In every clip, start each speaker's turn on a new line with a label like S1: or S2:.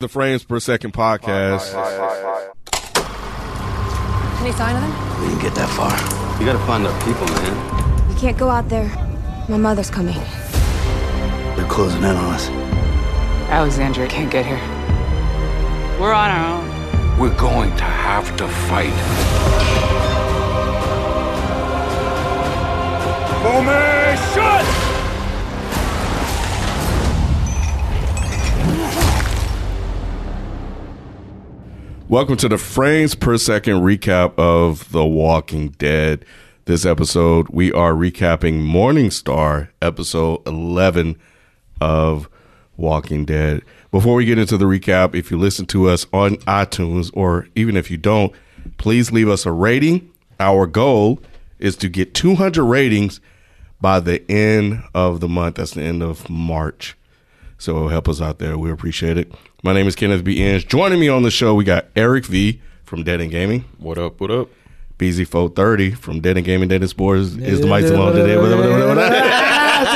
S1: The Frames Per Second podcast.
S2: Can you sign them?
S3: We didn't get that far. You gotta find our people, man.
S2: You can't go out there. My mother's coming.
S3: They're closing in on us.
S4: Alexandria can't get here. We're on our own.
S5: We're going to have to fight.
S1: Welcome to the Frames Per Second recap of The Walking Dead. This episode, we are recapping Morningstar, episode 11 of Walking Dead. Before we get into the recap, if you listen to us on iTunes or even if you don't, please leave us a rating. Our goal is to get 200 ratings by the end of the month. That's the end of March. So help us out there. We appreciate it. My name is Kenneth B. Inge. Joining me on the show, we got Eric V from Dead and Gaming. What up? What up? BZ430 from Dead and Gaming. Dead and Sports is the mic alone today.
S6: That's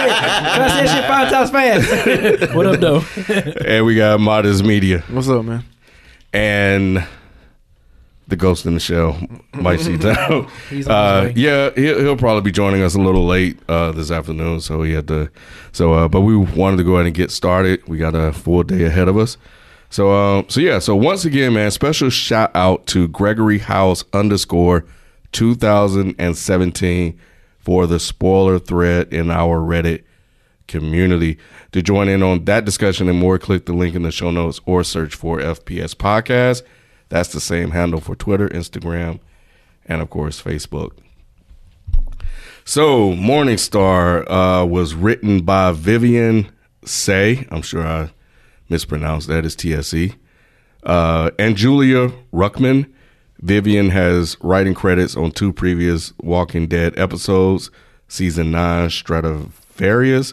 S6: that shit five times fast. what up, though?
S1: and we got Modest Media
S6: What's up, man?
S1: and the Ghost in the Shell, Mike C. Town.
S6: He's on
S1: Uh,
S6: his way.
S1: yeah, he'll, he'll probably be joining us a little late uh, this afternoon, so he had to. So, uh, but we wanted to go ahead and get started. We got a full day ahead of us. So, um, so yeah. So once again, man, special shout out to Gregory House underscore 2017 for the spoiler thread in our Reddit community. To join in on that discussion and more, click the link in the show notes or search for FPS Podcast. That's the same handle for Twitter, Instagram, and of course Facebook. So, Morningstar uh, was written by Vivian Say. I'm sure I mispronounced that. It's E. TSE. Uh, and Julia Ruckman. Vivian has writing credits on two previous Walking Dead episodes, season nine, Stradivarius,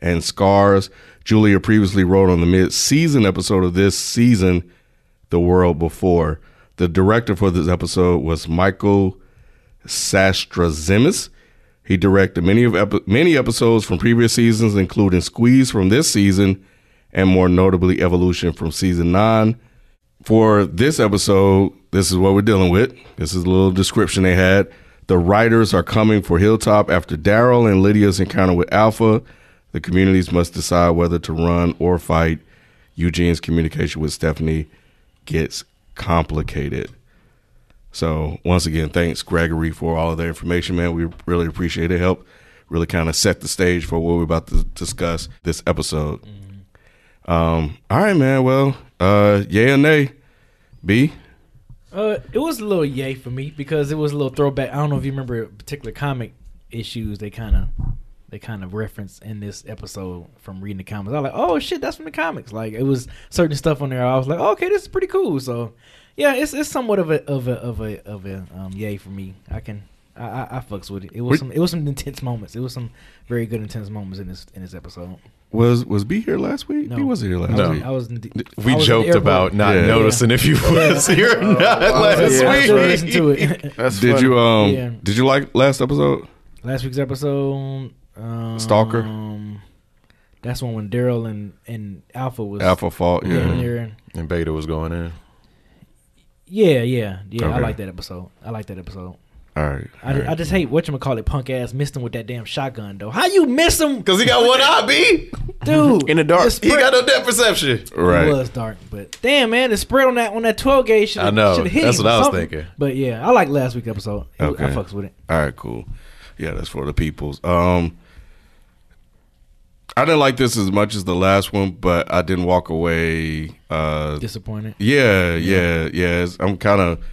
S1: and Scars. Julia previously wrote on the mid season episode of this season, The World Before. The director for this episode was Michael Sastrazimis. He directed many of epi- many episodes from previous seasons, including Squeeze from this season, and more notably Evolution from season nine. For this episode, this is what we're dealing with. This is a little description they had. The writers are coming for Hilltop after Daryl and Lydia's encounter with Alpha. The communities must decide whether to run or fight. Eugene's communication with Stephanie gets complicated. So once again, thanks Gregory for all of the information, man. We really appreciate it. Help really kind of set the stage for what we're about to discuss this episode. Um, all right, man. Well, uh, yeah or nay, B.
S6: Uh, it was a little yay for me because it was a little throwback. I don't know if you remember particular comic issues they kind of they kind of referenced in this episode from reading the comics. I was like, oh shit, that's from the comics. Like it was certain stuff on there. I was like, oh, okay, this is pretty cool. So yeah, it's it's somewhat of a of a of a of a um, yay for me. I can. I, I, I fucks with it. It
S1: Wait.
S6: was some. It was some intense moments. It was some very good intense moments in this in this episode.
S1: Was was B here last week?
S6: No.
S1: B wasn't here last
S6: I was,
S1: week.
S6: I was in the-
S7: we
S6: I was in the
S7: joked
S6: airport.
S7: about not
S1: Yeah.
S7: noticing if you was here or not last
S6: Yeah, I still listen
S7: week.
S6: to it.
S8: That's
S1: Did you um?
S6: Yeah.
S1: Did you like last episode?
S6: Last week's episode, um,
S1: Stalker?
S6: That's one when Daryl and, and Alpha was
S1: Alpha Fault. Yeah.
S6: in there.
S7: And Beta was going in.
S6: Yeah, yeah, yeah. I
S1: Okay.
S6: like that episode. I like that episode.
S1: All right.
S6: I, I just hate what you call it, punk ass. Missed him with that damn shotgun though. How you miss him,
S7: Because he got one eye, B.
S6: dude?
S8: In the dark.
S6: The
S7: He
S6: spread-
S7: got no depth perception.
S1: right.
S6: It was dark, but damn man, the spread on that on that twelve gauge. Should,
S7: I know.
S6: Should hit
S7: That's
S6: him
S7: what
S6: or
S7: I was
S6: something.
S7: thinking.
S6: But yeah, I like last week's episode. It-
S1: Okay.
S6: I fucks with it.
S1: All right, cool. Yeah, that's for the peoples. Um, I didn't like this as much as the last one, but I didn't walk away. Uh,
S6: Disappointed.
S1: yeah, yeah, yeah. It's, I'm kind of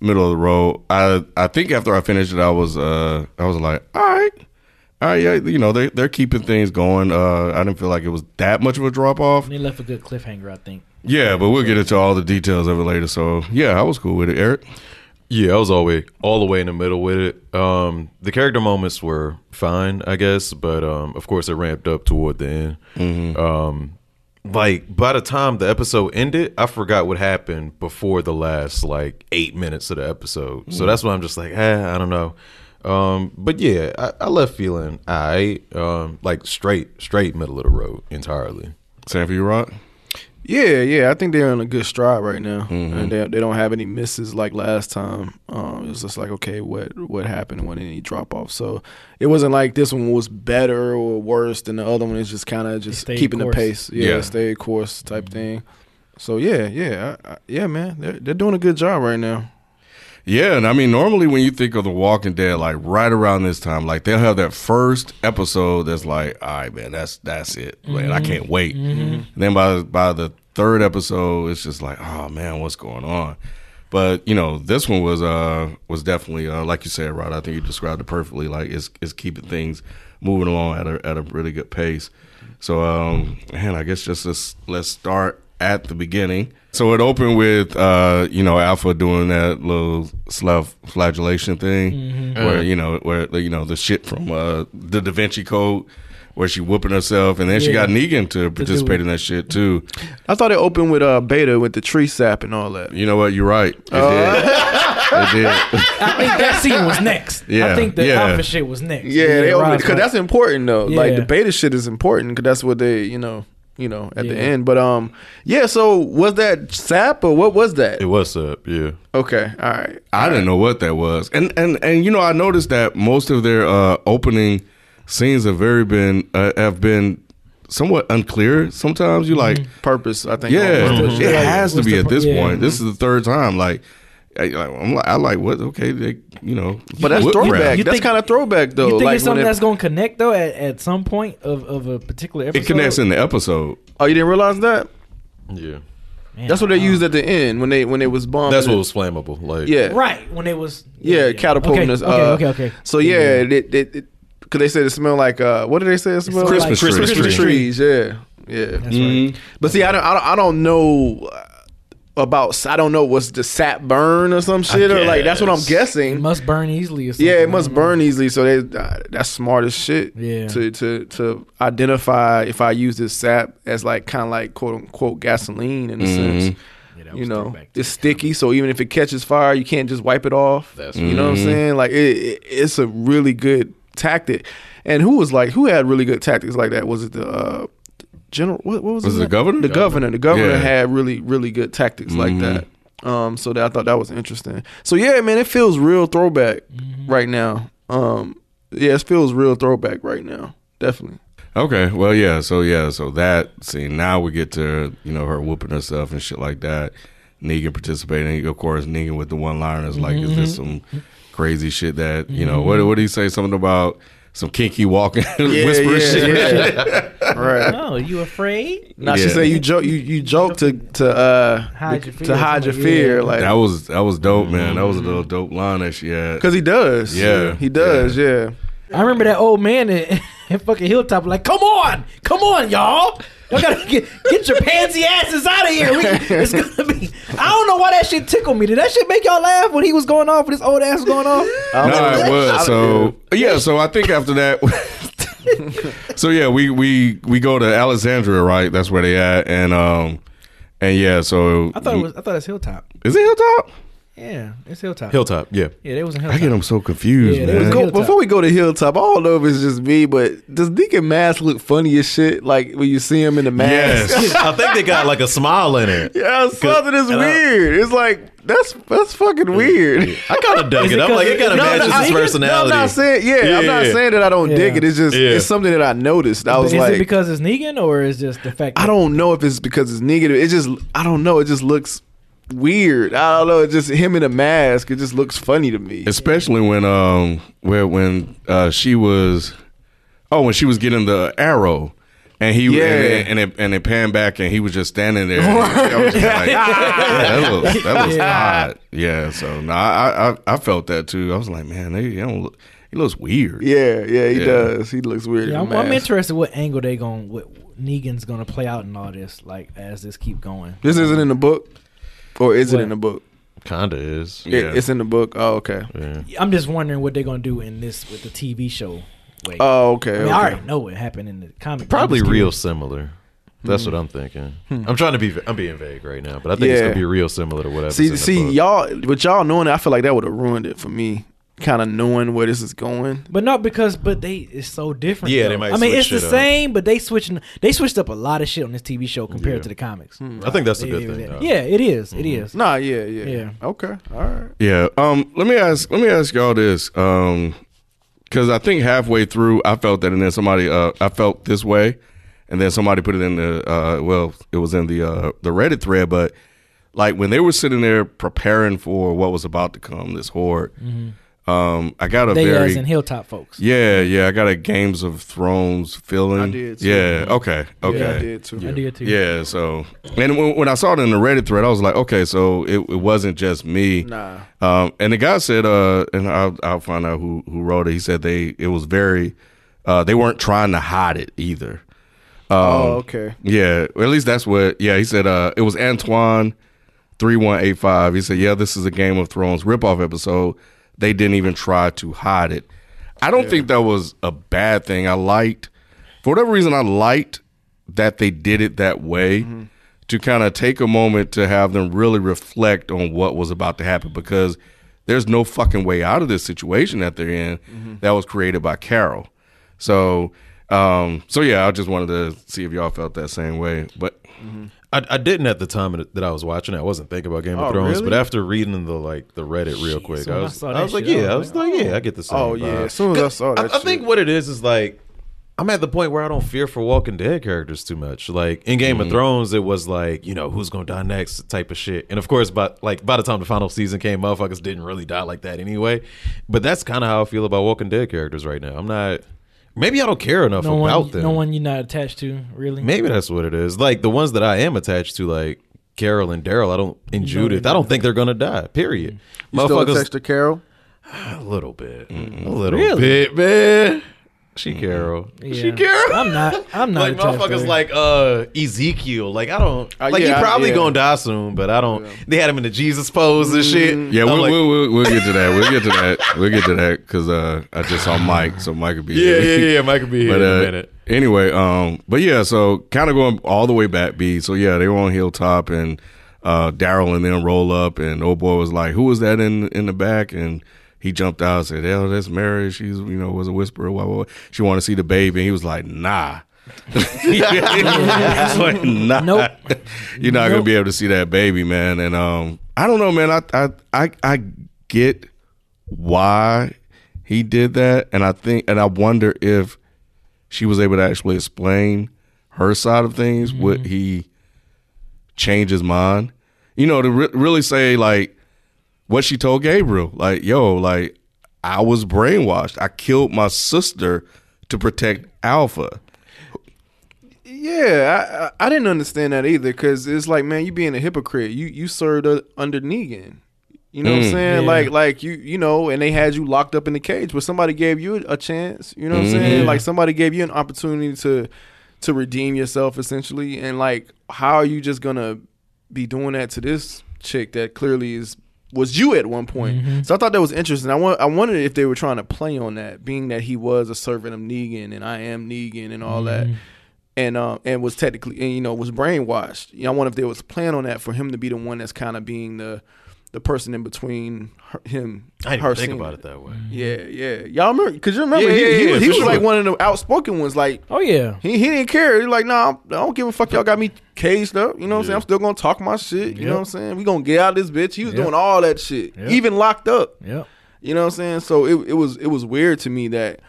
S1: middle of the road. I I think after I finished it, I was uh I was like, all right, all right, yeah, you know they they're keeping things going. Uh, I didn't feel like it was that much of a drop off.
S6: And they left a good cliffhanger, I think.
S1: Yeah, but we'll get into all the details of it later. So yeah, I was cool with it, Eric.
S7: Yeah, I was all way all the way in the middle with it. Um, the character moments were fine, I guess, but um, of course it ramped up toward the end. Um, like by the time the episode ended, I forgot what happened before the last like eight minutes of the episode. So that's why I'm just like, ah, I don't know. Um, but yeah, I, I left feeling I um, like straight, straight middle of the road entirely.
S1: Same for you, Rod.
S8: Yeah, yeah. I think they're in a good stride right now. And they, they don't have any misses like last time. Um, it was just like, okay, what what happened? What any drop off? So it wasn't like this one was better or worse than the other one. It's just kind of just
S6: stayed
S8: keeping
S6: course.
S8: the pace. Yeah,
S7: Yeah.
S8: stay course type thing. So yeah, yeah, I, I, yeah, man. They're they're doing a good job right now.
S1: Yeah, and I mean, normally when you think of The Walking Dead, like right around this time, like they'll have that first episode that's like, all right, man, that's that's it, man, I can't wait. And then by by the third episode, it's just like, oh man, what's going on? But you know, this one was uh was definitely uh, like you said, Rod. I think you described it perfectly. Like it's it's keeping things moving along at a at a really good pace. So, um, man, I guess just let's, let's start at the beginning. So it opened with, uh, you know, Alpha doing that little slav flagellation thing,
S6: Mm-hmm. Uh-huh.
S1: where you know, where you know the shit from uh, the Da Vinci Code, where she whooping herself, and then she
S6: Yeah.
S1: got Negan to participate
S6: it.
S1: in that shit too.
S8: I thought it opened with uh Beta with the tree sap and all that.
S1: You know what? You're right. It
S6: Oh.
S1: did. It did.
S6: I think that scene was next.
S1: Yeah,
S6: I think the
S1: yeah.
S6: alpha shit was next.
S8: Yeah, they opened
S6: Rod's
S8: because
S6: like-
S8: that's important though. Like
S6: Yeah.
S8: the beta shit is important because that's what they, you know, you know, at the
S6: Yeah.
S8: end. But um, yeah. So was that sap or what was that?
S7: It was up, yeah.
S8: Okay, all right.
S1: I didn't know what that was, and and and you know I noticed that most of their uh, opening scenes have very been uh, have been somewhat unclear. Sometimes you like,
S8: Purpose, I think.
S1: yeah,
S8: on purpose.
S1: it
S6: Mm-hmm. like,
S1: has to
S6: what's
S1: be
S6: the
S1: at
S6: pu-
S1: this
S6: yeah.
S1: point. This is the third time. Like, I, like, I'm like, I like what? Okay, they, you know,
S8: But that's
S1: what crap.
S8: throwback.
S6: You
S8: that's
S6: think-
S8: kind of throwback though.
S6: You think
S8: like
S6: it's something
S8: when it-
S6: that's gonna connect though at, at some point of, of a particular episode?
S1: It connects in the episode.
S8: oh, you didn't realize that?
S7: Yeah.
S6: Man,
S8: That's what they
S6: I don't-
S8: used at the end when they when it was bombed.
S7: That's what was flammable. Like
S8: Yeah.
S6: Right when it was
S8: Yeah, catapulting
S6: okay,
S8: us.
S6: Okay,
S8: uh,
S6: okay, okay.
S8: So yeah, because they, they, said it smelled like uh, what did they say it smelled like?
S1: Christmas
S8: Christmas,
S1: trees.
S8: trees. Yeah, yeah.
S6: That's right.
S8: But see, I don't, I don't, I don't know uh, about. I don't know what's the sap burn or some shit or like that's what I'm
S7: guess.
S6: It
S8: guessing.
S6: must burn easily. Or something.
S8: yeah,
S6: I
S8: it
S6: don't
S8: must
S6: know.
S8: burn easily. So they, uh, that's smart as shit.
S6: Yeah.
S8: To to to identify if I use this sap as like kind of like quote unquote gasoline in a sense.
S6: Mm-hmm. Yeah, that
S8: You
S6: was
S8: know,
S6: throwback to
S8: it's sticky, so even if it catches fire, you can't just wipe it off.
S7: That's
S8: you know
S6: mm-hmm.
S8: what I'm saying? Like it, it, it's a really good tactic. And who was like who had really good tactics like that? Was it the uh, general? What, what was,
S1: Was
S8: his
S1: it the
S8: name?
S1: governor?
S8: The governor. The governor
S1: Yeah. Mm-hmm.
S8: had really really good tactics like that. Um, so that I thought that was interesting. So yeah, man, it feels real throwback right now. Um, yeah, it feels real throwback right now. Definitely.
S1: Okay, well, yeah, so yeah, so that scene. Now we get to you know her whooping herself and shit like that. Negan participating, of course. Negan with the one liners like, "Is this some
S6: Mm-hmm.
S1: crazy shit that you know? What what do you say? Something about some kinky walking, whisper shit."
S8: yeah, yeah. right.
S6: Oh, you afraid?
S8: Now she
S1: Yeah.
S8: say you joke you you joke to to uh
S6: Hide your
S8: to
S6: fear.
S8: hide your
S6: Yeah.
S8: fear like
S1: That was that was dope, man. That was a
S6: Mm-hmm.
S1: little dope line that she had.
S8: Cause he does.
S1: Yeah.
S8: he does. Yeah.
S6: I remember that old man in, in fucking hilltop. Like, come on, come on, y'all. Y'all gotta get, get your pansy asses out of here. We, it's gonna be. I don't know why that shit tickled me. Did that shit make y'all laugh when he was going off? When his old ass was going off?
S8: I don't
S1: No,
S8: know.
S1: it
S8: I-
S1: was. So yeah, so I think after that, so yeah, we we we go to Alexandria, right? That's where they at, and um, and yeah, so
S6: I thought it was. I thought it's hilltop.
S1: is it Hilltop?
S6: Yeah, it's hilltop.
S7: Hilltop, yeah.
S6: yeah, they was in
S1: I
S6: hilltop.
S1: get them so confused,
S6: Yeah, they
S1: man.
S6: was
S8: Go-
S6: Hilltop.
S8: before we go to Hilltop, I don't know if it's just me, but does Deacon Mask look funny as shit? Like when you see him in the mask.
S1: Yes.
S7: I think they got like a smile in it.
S8: yeah, something is
S7: and I-
S8: weird. it's like that's that's fucking weird.
S7: I kind of dug it. I'm like, it kind of
S8: No, no,
S7: matches
S8: I-
S7: his personality.
S8: No, I'm not saying yeah, I'm not
S7: Yeah.
S8: saying that I don't dig
S6: Yeah.
S8: it. It's just
S7: Yeah.
S8: it's something that I noticed. I was
S6: is
S8: like
S6: it because it's Negan or is just the fact?
S8: I don't know if it's because it's negative. It just I don't know. It just looks weird. I don't know. It's just him in a mask. It just looks funny to me.
S1: especially when um where when uh she was oh when she was getting the arrow and he
S8: Yeah.
S1: and, it, and it and it panned back and he was just standing there and I was just like, "Yeah, that looks that looks odd yeah so no I, I I felt that too I was like man they, they don't look he looks weird
S8: yeah, yeah, he
S1: Yeah.
S8: does. He looks weird.
S6: Yeah,
S8: in
S6: I'm,
S8: a
S6: I'm
S8: mask.
S6: interested what angle they going what Negan's gonna play out in all this. Like as this keep going.
S8: This isn't in the book, or is it
S6: What?
S8: in the book?
S7: Kinda is.
S8: It-
S1: Yeah.
S8: it's in the book. Oh, okay.
S6: I'm just wondering what they're gonna do in this with the TV show. Wait,
S8: Oh, okay.
S6: I, mean,
S8: okay.
S6: I already know what happened in the comic.
S7: Probably
S6: I'm just
S7: real
S6: curious.
S7: similar. That's what I'm thinking. I'm trying to be. I'm being vague right now, but I think it's
S8: Hmm. Yeah.
S7: gonna be real similar to whatever.
S8: See, see, y'all, with y'all knowing, that, I feel like that would have ruined it for me. kind of knowing where this is going.
S6: But not because, but they it's so different.
S9: Yeah,
S6: though.
S9: they might
S6: I mean,
S9: switch
S6: it's the
S9: shit up.
S6: same, but they switching. They switched up a lot of shit on this TV show compared to the comics.
S9: I think that's a
S6: It
S9: good
S6: is
S9: thing.
S6: that.
S9: though.
S6: Yeah, it is. It is.
S8: Nah, yeah, yeah,
S6: Yeah.
S8: Okay, all right.
S1: Yeah. Um. Let me ask. Let me ask y'all this. Um. Because I think halfway through, I felt that, and then somebody, uh, I felt this way, and then somebody put it in the, uh, well, it was in the uh, the Reddit thread, but like when they were sitting there preparing for what was about to come, this horde, um, I got a
S6: Mm-hmm. They
S1: very
S6: as in Hilltop folks.
S1: yeah, yeah, I got a Games of Thrones feeling.
S8: I did, too.
S1: Yeah. Okay. Okay.
S8: Yeah, I did too.
S6: I did too.
S1: Yeah, so and when, when I saw it in the Reddit thread, I was like, okay, so it, it wasn't just me.
S8: Nah.
S1: Um, and the guy said, uh, and I'll, I'll find out who who wrote it. He said they it was very, uh, they weren't trying to hide it either.
S8: Oh, okay.
S1: Yeah, or at least that's what. Yeah, he said uh, it was Antoine three one eight five. He said, "Yeah, this is a Game of Thrones ripoff episode. They didn't even try to hide it. I don't think that was a bad thing. I liked, for whatever reason, I liked that they did it that way to kind of take a moment to have them really reflect on what was about to happen because there's no fucking way out of this situation that they're in that was created by Carol. So." Um, so yeah, I just wanted to see if y'all felt that same way, but
S9: I, I didn't at the time that that I was watching. it. I wasn't thinking about Game of
S8: Oh,
S9: Thrones,
S8: really?
S9: but after reading the like the Reddit real quick,
S6: when
S9: I
S6: I
S9: was,
S6: saw
S9: I
S6: that
S9: was like,
S6: shit, I
S9: yeah, I
S6: was
S9: was like, yeah, I get the same.
S8: Oh, yeah,
S9: vibe.
S8: as soon as I saw that
S9: I, I think
S8: shit.
S9: what it is is like I'm at the point where I don't fear for Walking Dead characters too much. Like in Game
S6: Mm.
S9: of Thrones, it was like you know who's gonna die next type of shit. And of course, but like by the time the final season came, motherfuckers didn't really die like that anyway. But that's kind of how I feel about Walking Dead characters right now. I'm not. Maybe I don't care enough
S6: No
S9: about
S6: one,
S9: them.
S6: no one you're not attached to really.
S9: Maybe that's what it is. Like the ones that I am attached to, like Carol and Daryl, I don't and Judith, I don't think they're gonna die. Period.
S8: You still attached to Carol?
S9: a little bit, a little bit, man. She Carol, she
S6: Yeah.
S9: Carol.
S6: I'm not. I'm not.
S9: like
S6: attached to
S9: motherfuckers,
S6: her.
S9: like uh Ezekiel. Like I don't.
S8: Uh,
S9: like
S8: yeah,
S9: he probably
S8: yeah.
S9: gonna die soon, but I don't. They had him in the Jesus pose and shit.
S8: Mm-hmm.
S1: Yeah,
S9: I'm
S1: we'll,
S9: like,
S1: we'll, we'll we'll get to that. We'll get to that. We'll get to that because uh, I just saw Mike, so Mike could be
S9: yeah,
S1: here.
S9: yeah, yeah. Mike could be here
S1: But
S9: in a
S1: uh,
S9: minute.
S1: anyway, um, but yeah, so kind of going all the way back, B. So yeah, they were on Hilltop and uh, Daryl and then roll up, and old boy was like, "Who was that in in the back?" And he jumped out and said, "Hell, that's Mary. She's you know was a whisperer. Why, why, why. She wanted to see the baby." And he was like, "Nah." It's like, nah.
S6: Nope.
S1: You're not gonna
S6: Nope.
S1: be able to see that baby, man. And um, I don't know, man. I I I, I get why he did that, and I think, and I wonder if she was able to actually explain her side of things. Would he change his mind? You know, to re- really say like what she told Gabriel, like, yo, like I was brainwashed. I killed my sister to protect Alpha.
S8: Yeah, I, I I didn't understand that either because it's like, man, you being a hypocrite. You you served uh, under Negan. You know what I'm saying?
S6: Yeah.
S8: Like like you you know, and they had you locked up in the cage, but somebody gave you a chance. You know what I'm saying? Like somebody gave you an opportunity to to redeem yourself essentially, and like how are you just gonna be doing that to this chick that clearly is was you at one point? So I thought that was interesting. I want I wondered if they were trying to play on that, being that he was a servant of Negan and I am Negan and all that and um and was technically and you know was brainwashed. You know, I wonder if there was a plan on that for him to be the one that's kind of being the the person in between her, him.
S9: I didn't
S8: her
S9: even think
S8: seeing
S9: about
S8: it.
S9: it that way.
S8: Yeah, yeah. Y'all remember? Because you remember,
S9: Yeah,
S8: he,
S9: yeah,
S8: he,
S9: yeah,
S8: he
S9: for
S8: was like
S9: sure.
S8: one of the outspoken ones. Like
S6: oh yeah.
S8: he, he didn't care. He like, nah, I'm- I don't give a fuck. Y'all got me caged up. You know what I'm saying? I'm still gonna talk my shit. You know what I'm saying? We gonna get out of this bitch. He was
S6: Yep.
S8: doing all that shit,
S6: Yep.
S8: even locked up.
S6: Yep.
S8: You know what I'm saying? So it, it was it was weird to me that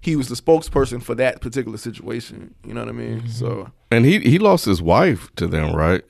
S8: he was the spokesperson for that particular situation. You know what I mean?
S9: Mm-hmm.
S8: So
S1: And he he lost his wife to them, right?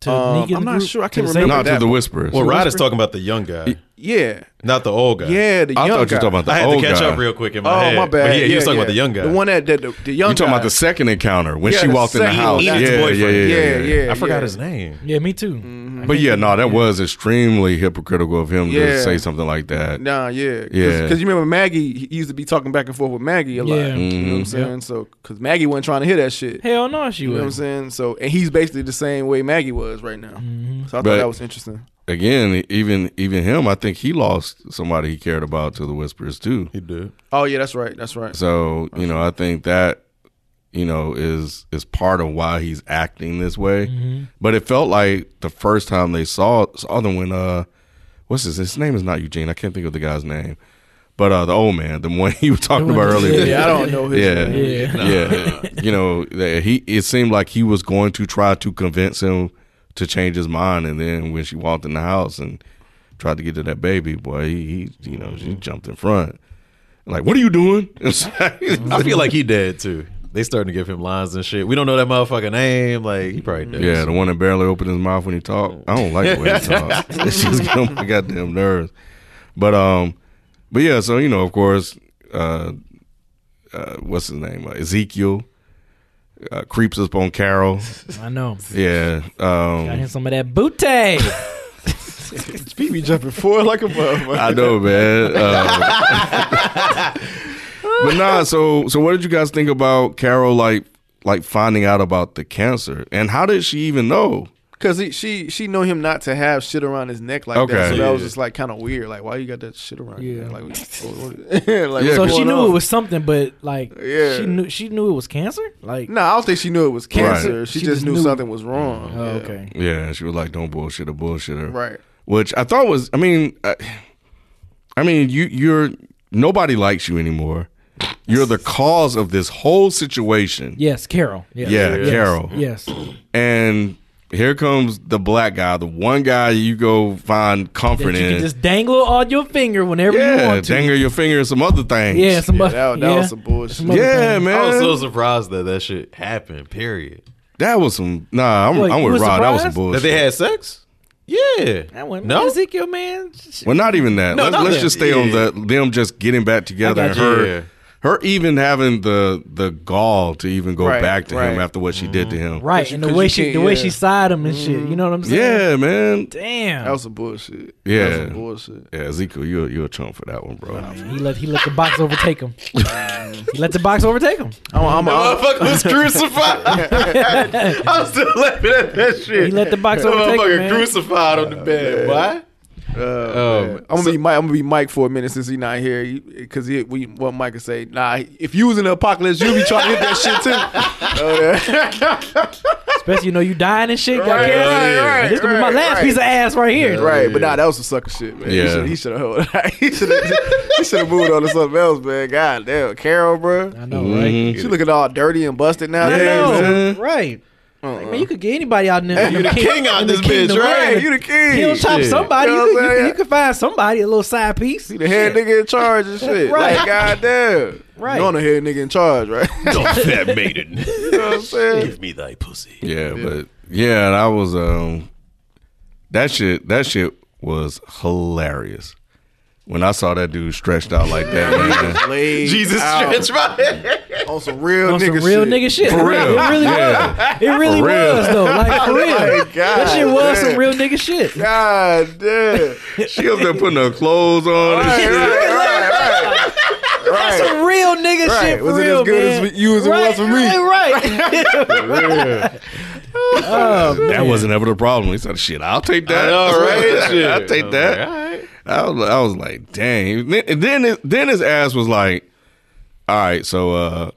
S6: To
S8: Um,
S6: Negan
S8: I'm not
S6: group,
S8: sure. I
S6: to
S8: can't
S6: the
S8: remember.
S6: same-
S1: Not to
S8: that
S1: the
S8: one.
S1: Whisperers.
S9: Well, Rod is talking about the young guy,
S8: yeah,
S9: not the old guy.
S8: yeah. The
S1: I
S8: young
S1: thought you
S8: guy.
S1: were talking about the
S9: I had
S1: old
S9: to catch
S1: guy.
S9: up real quick in my
S8: oh
S9: head.
S8: my bad.
S9: But yeah, he was talking
S8: yeah.
S9: about the young guy.
S8: the one that that the, the young.
S1: You talking
S8: guy.
S1: about the second encounter when
S8: Yeah,
S1: she
S8: the
S1: walked in the
S8: second
S1: house?
S8: one.
S1: Yeah, yeah,
S9: Eden's
S1: yeah,
S9: boyfriend.
S1: yeah,
S8: Yeah,
S1: yeah.
S8: yeah.
S9: I forgot
S8: yeah.
S9: his name.
S6: Yeah, me too.
S1: But yeah, no, that was extremely hypocritical of him
S8: Yeah.
S1: to say something like that.
S8: Nah, yeah, Cause,
S1: Yeah.
S8: 'cause you remember Maggie he used to be talking back and forth with Maggie a lot.
S6: Yeah.
S8: You
S1: Mm-hmm.
S8: know what I'm saying? So, because Maggie wasn't trying to hear that shit.
S6: Hell no, she
S8: you know what I'm
S6: was.
S8: saying? So, and he's basically the same way Maggie was right now. So I thought
S1: But-
S8: that was interesting.
S1: Again, even even him, I think he lost somebody he cared about to the Whisperers too.
S9: He did.
S8: Oh yeah, that's right. That's right.
S1: So you know, I think that you know is is part of why he's
S8: Mm-hmm.
S1: acting this way. But it felt like the first time they saw saw them when uh what's his his name is not Eugene. I can't think of the guy's name. But uh, the old man, the one you were talking about earlier,
S8: Yeah, I don't know his
S1: yeah,
S8: name.
S1: yeah, you know, that he it seemed like he was going to try to convince him to change his mind, and then when she walked in the house and tried to get to that baby boy, he, he you know she jumped in front, like, "What are you doing?"
S7: I feel like he dead too. They starting to give him lines and shit. We don't know that motherfucker name. Like he probably dead.
S1: yeah, the one that barely opened his mouth when he talked. I don't like the way he talks. It's just getting on my goddamn nerves. But um, but yeah, so you know, of course, uh, uh what's his name? Uh, Ezekiel. Uh, creeps up on Carol.
S6: I know.
S1: Yeah. Um,
S6: Got him some of that booty.
S8: Speed be jumping forward like a motherfucker.
S1: I know, man. Uh, but nah, so so what did you guys think about Carol like like finding out about the cancer and how did she even know?
S8: Cause he, she she know him not to have shit around his neck like
S1: Okay.
S8: that, so
S1: Yeah.
S8: that was just like kind of weird. Like, why you got that shit around? Yeah,
S6: Yeah.
S8: like, what- what- like,
S1: Yeah,
S6: so
S8: what's
S6: she
S8: going
S6: knew
S8: on?
S6: it was something, but like,
S8: Yeah.
S6: she knew she knew it was cancer. Like,
S8: No, I don't think she knew it was cancer.
S6: Right.
S8: She,
S6: She
S8: just
S6: just
S8: knew,
S6: knew-
S8: something was wrong.
S6: oh,
S8: Yeah.
S6: okay.
S1: Yeah, she was like, "Don't bullshit her, bullshit her."
S8: Right.
S1: Which I thought was, I mean, I, I mean, you you're nobody likes you anymore. You're the cause of this whole situation.
S6: Yes, Carol. Yes.
S1: Yeah,
S6: yes.
S1: Carol.
S6: Yes.
S1: And here comes the black guy, the one guy you go find comfort
S6: That you
S1: in.
S6: can just dangle on your finger whenever you
S1: yeah,
S6: want to.
S1: dangle your finger and some other things.
S6: Yeah,
S8: Yeah,
S6: somebody.
S8: that, that
S6: yeah.
S8: was some bullshit.
S6: Some other
S1: Yeah,
S6: thing.
S1: man.
S7: I was Oh, so surprised that that shit happened. Period.
S1: That was some nah. I'm,
S6: What,
S1: I'm
S6: you
S1: with
S6: was
S1: Rod. That was some
S6: surprised?
S1: bullshit.
S7: That they had sex? Yeah.
S6: That one,
S7: No?
S6: Ezekiel, man.
S1: well, not even that. let's
S7: not
S1: let's
S7: that.
S1: just stay on the them just getting back together.
S6: I
S1: And
S6: got
S7: you.
S1: her,
S7: Yeah.
S1: her even having the the gall to even go
S8: Right,
S1: back to him
S8: right.
S1: after what she did to him.
S6: Mm-hmm. Right, and the
S8: 'cause
S6: way
S8: you
S6: she
S8: can't-
S6: the way
S8: yeah.
S6: she side him and shit. You know what I'm saying?
S1: Yeah, man.
S6: Damn.
S8: That was some bullshit.
S1: Yeah.
S8: That was some bullshit.
S1: Yeah, Ezekiel, you a- you a chump for that one, bro.
S6: he let he let the box overtake him. he let the box overtake him.
S8: I'm, I'm, I'm,
S7: Motherfucker was crucified. I'm still laughing at that shit.
S6: He let the box
S7: That
S6: overtake him.
S7: motherfucker
S6: man.
S7: crucified
S8: Oh,
S7: on the bed. Why? Um,
S8: I'm gonna be Mike. I'm gonna be Mike for a minute since he's not here, You- cause he, we, what Mike could say. Nah, if you was in the apocalypse, you'd be trying to hit that shit too.
S6: Especially you know you dying and shit.
S8: Right,
S6: got cancer.
S8: right, right,
S6: this gonna be my
S8: right,
S6: last
S8: right.
S6: piece of ass right here.
S8: right, but nah, that was some sucker shit, man.
S1: Yeah.
S8: He should have held. He should have. he should have moved on to something else, man. God damn, Carol, bro.
S6: I know, right?
S8: She looking all dirty and busted now.
S1: Yeah,
S8: man.
S6: No,
S1: man.
S6: right. Like, man, you could get anybody out there.
S7: You the king out this bitch, right?
S8: Hey, you the king.
S6: He'll chop
S7: Shit.
S6: somebody.
S8: You know
S6: You, could,
S8: what I'm
S6: you,
S8: saying?
S6: could, you could find somebody a little side piece.
S8: You the head nigga in charge and shit.
S6: Right.
S8: Like, goddamn.
S6: Right.
S8: You on the head nigga in charge, right? you know
S7: Dumb fat maiden.
S8: what I'm saying?
S7: Give me thy pussy.
S1: Yeah, but yeah, that was um that shit that shit was hilarious. When I saw that dude stretched out like that, man.
S8: Laid
S7: Jesus
S8: out
S7: stretch my head.
S8: on some real
S6: on
S8: nigga
S6: some real
S8: shit.
S6: nigga shit.
S1: For real.
S6: It really
S1: Yeah.
S6: was. It really
S1: For real.
S6: was though. Like for real.
S8: Like, God,
S6: that shit was some
S8: damn.
S6: real nigga shit.
S8: God damn.
S1: She up there putting her clothes on. and
S8: right,
S1: shit.
S8: right, right, right. right.
S6: Some real nigga
S8: Right.
S6: shit for
S8: Was it as
S6: real,
S8: good as
S6: man.
S8: you as it was
S6: right,
S8: for me?
S6: Right, right.
S1: That wasn't ever the problem. He said, "Shit, I'll take that.
S7: All right. Shit.
S1: I'll take
S7: I'm
S1: that."
S7: Like, all right.
S1: I was, I was like, "Dang!" And then and then, his, then his ass was like, "All right, so uh,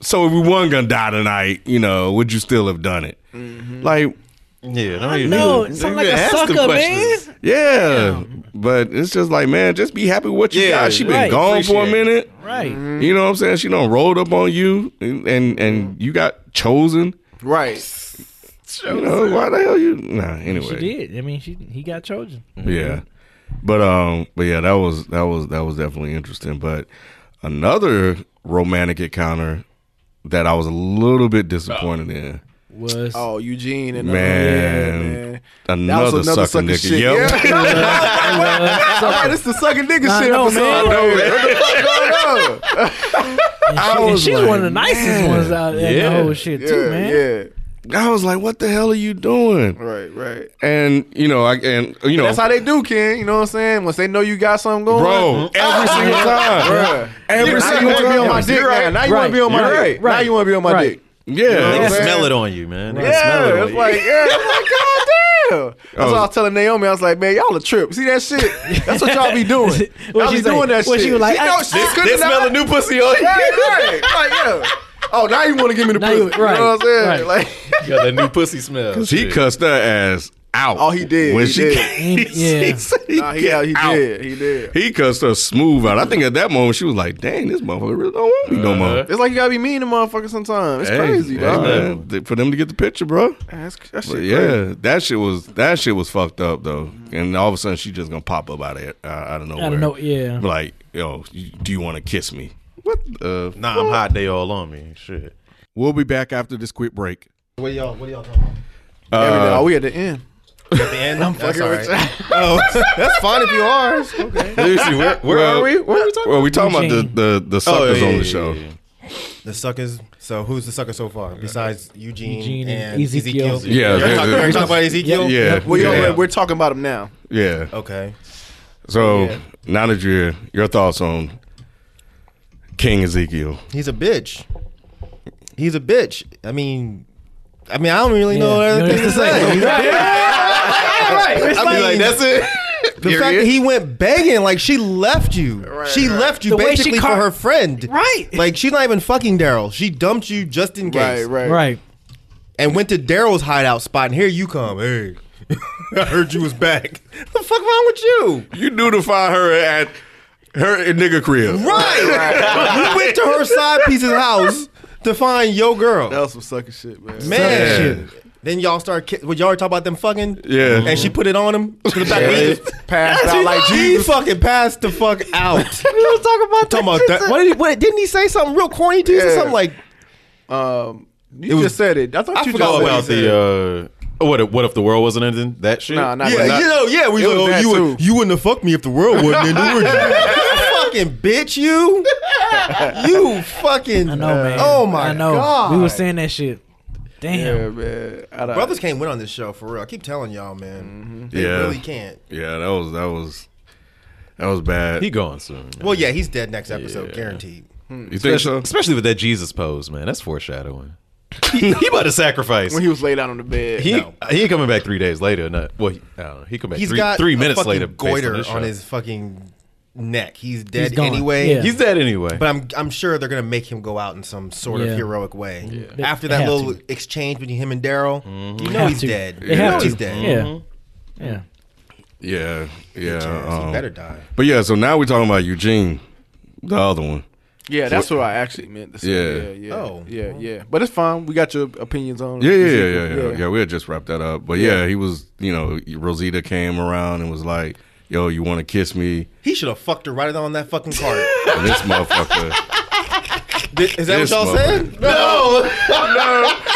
S1: so if we weren't gonna die tonight, you know, would you still have done it?" Like,
S7: Yeah, don't even
S6: no,
S7: don't
S6: sound like
S7: even
S6: a
S7: ask the
S6: sucker, man.
S7: questions.
S1: yeah, but it's just like, man, just be happy with what you
S7: Yeah,
S1: got. She been
S6: right.
S1: gone for a
S7: Appreciate it.
S1: minute.
S6: Right.
S1: You know what I'm saying? She done rolled up on you, and and, and you got chosen.
S8: Right.
S1: You know why the hell you? Nah, anyway,
S6: She did. I mean, she he got chosen.
S1: Yeah. But um but yeah, that was that was that was definitely interesting. But another romantic encounter that I was a little bit disappointed in.
S6: Was
S8: Oh, Eugene and
S1: Man.
S8: Yeah, man. That
S1: Another,
S8: was another
S1: sucking
S8: sucker
S1: nigga.
S8: shit.
S1: Yep.
S8: Yeah.
S6: was
S8: All right, it's the sucking nigga
S6: I
S8: shit
S6: know,
S8: episode.
S6: man. I know,
S8: right here. What the fuck going on?
S6: and
S1: was
S6: she's
S1: like,
S6: one of the nicest ones out there in
S7: Yeah.
S6: the whole shit
S8: Yeah,
S6: too, man.
S1: I was like, what the hell are you doing?
S8: yeah. Right, right.
S1: And you know, I and you know
S8: That's how they do, King. You know what I'm saying? Once they know you got something going
S1: Bro, every single time.
S8: Bruh.
S1: Every
S8: Now you
S1: single
S8: want to be on my
S1: time.
S8: dick now. Now you want
S6: Right.
S8: to be on my
S1: You're
S8: dick.
S6: right.
S8: Now you want to be on my
S6: Right.
S8: dick.
S7: They
S1: Yeah.
S8: Yes.
S7: smell it on you, man. They smell it
S8: Yeah,
S7: on
S8: it's
S7: you.
S8: like yeah, it's like God damn. That's
S1: Oh.
S8: what I was telling Naomi. I was like, man, y'all a trip. See that shit? That's what y'all be doing.
S6: What
S8: y'all
S6: she
S8: be
S6: say?
S8: doing that
S6: What
S8: shit.
S6: she was like,
S8: She know
S6: I-
S8: she's
S7: They- they
S8: cooking
S7: smell
S8: up.
S7: a new pussy on you.
S8: Yeah, right. Like, yeah. Oh, now you want to give me the
S6: Now
S8: pussy.
S6: you-
S8: You know what I'm
S6: right,
S8: saying?
S6: right.
S8: Like,
S7: Got that new pussy smell.
S1: She
S7: Shit.
S1: cussed her ass out.
S8: Oh, he did.
S1: When
S8: He
S1: she
S8: did.
S1: came, he,
S6: Yeah.
S1: said he
S8: Nah, he,
S1: got
S8: he
S1: out.
S8: did. He did.
S1: He cussed her smooth out. I think at that moment she was like, "Dang, this motherfucker really don't want me no more."
S8: It's like you gotta be mean to motherfuckers sometimes. It's crazy,
S1: hey,
S8: dog.
S1: man, th- for them to get the picture, bro.
S8: That's, that
S1: But
S8: shit
S1: yeah,
S8: crazy.
S1: that shit was that shit was fucked up though, and all of a sudden she just gonna pop up out of it. I, I don't know.
S6: I don't know. Yeah.
S1: Like, yo, you- do you want to kiss me? What? Uh,
S7: Nah, I'm hot. They all on me. Shit.
S1: We'll be back after this quick break.
S8: Every day. Oh, we at the end.
S9: I'm fucking
S8: with you.
S9: That's fine if you are. Okay.
S7: Let me see. Where, where
S1: Well,
S7: are we? Where are we talking?
S1: Well, we talking about
S6: Eugene.
S1: the the, the suckers
S7: yeah,
S1: on
S7: yeah,
S1: the
S7: yeah,
S1: show.
S7: yeah, yeah.
S9: The suckers. So who's the sucker so far besides Eugene,
S6: Eugene and
S9: and
S6: Ezekiel.
S9: Ezekiel?
S1: Yeah,
S9: You're
S1: yeah,
S9: talking,
S1: yeah.
S9: you're talking about Ezekiel.
S1: Yeah,
S8: We
S1: yeah.
S8: already- We're talking about him now.
S1: Yeah.
S9: Okay.
S1: So
S8: Yeah.
S1: now that you're here, your thoughts on King Ezekiel?
S9: He's a bitch. He's a bitch. I mean, I mean, I don't really know
S6: Yeah.
S9: what
S6: No,
S9: other
S6: it's
S9: things to
S6: the same.
S9: say.
S6: He's right.
S9: I'd be like, that's
S1: it.
S9: The fact that he went begging, like she left you. she left you
S6: The way she
S9: basically
S6: car-
S9: for her friend.
S6: Right.
S9: Like she's not even fucking Daryl. She dumped you just in
S8: Right,
S9: case.
S8: right.
S6: Right.
S9: And went to Daryl's hideout spot and here you come. Hey. I heard you was back. What the fuck wrong with you?
S1: you notify her at her nigga crib.
S9: Right. you went to her side piece's house to find your girl.
S8: That was some sucker shit, man.
S9: Man. Then y'all start ki- would y'all talking about them fucking?
S1: Yeah.
S9: And she put it on him to the back of his
S8: Passed out like
S9: He
S8: Jesus.
S9: fucking passed the fuck out. Let's talk about talking about that. What, did he, what didn't he say something real corny to you?
S8: Yeah.
S9: Something like
S8: Um, you
S9: It was-
S8: just said it. I thought
S9: I
S8: you
S9: forgot
S8: just
S7: All
S8: said
S7: about
S8: it.
S7: the uh, what? If, what if the world wasn't ending? That shit.
S8: Nah, not
S9: yeah,
S8: that.
S9: you know, yeah. We
S8: It was
S9: oh,
S8: that
S9: you
S8: too.
S9: would you wouldn't have fucked me if the world wasn't in the would you? fucking bitch, you. You fucking.
S6: I know, man.
S9: Oh my
S6: I know.
S9: god.
S6: We were saying that shit. Damn.
S8: Yeah, man. I don't-
S9: Brothers can't win on this show for real. I keep telling y'all, man. They
S1: Yeah.
S9: really can't.
S1: Yeah, that was that was that was bad.
S7: He gone soon. man.
S9: Well, yeah, he's dead next episode, guaranteed. Hmm.
S1: you think so?
S7: Especially with that Jesus pose, man. That's foreshadowing. he, he about to sacrifice.
S8: when he was laid out on the bed.
S7: He he ain't coming back three days later. Not well. He, I don't know. He come back
S9: He's
S7: three,
S9: got
S7: three
S9: a
S7: minutes
S9: fucking
S7: later. based
S9: goiter
S7: on, this
S9: on
S7: show.
S9: his fucking neck. He's dead
S6: gone.
S9: anyway.
S6: Yeah.
S7: He's dead anyway.
S9: But I'm I'm sure they're gonna make him go out in some sort
S6: Yeah.
S9: of heroic way.
S6: They
S9: After that
S6: have
S9: little
S6: to.
S9: exchange between him and Daryl,
S7: Hmm.
S9: you
S6: They
S9: know
S6: have
S9: he's
S6: to.
S9: dead.
S6: They
S9: You
S6: have
S9: know
S6: to.
S9: he's dead.
S8: Mm-hmm.
S6: Yeah. Yeah.
S1: Yeah, yeah.
S9: Chance, he
S1: um,
S9: better die.
S1: But yeah, so now we're talking about Eugene, the other one.
S8: yeah, that's what I actually meant to say.
S1: Yeah.
S8: Yeah, yeah.
S9: Oh.
S8: Yeah, yeah. But it's fine. We got your opinions on
S1: Yeah, yeah, yeah,
S8: Ezekiel.
S1: yeah, yeah. Yeah, we had just wrapped that up. But yeah, he was, you know, Rosita came around and was like, "Yo, you want to kiss me?"
S9: He should have fucked her right on that fucking cart.
S1: And this motherfucker.
S9: Th- Is that
S1: This
S9: what y'all
S1: motherfucker.
S9: said? No.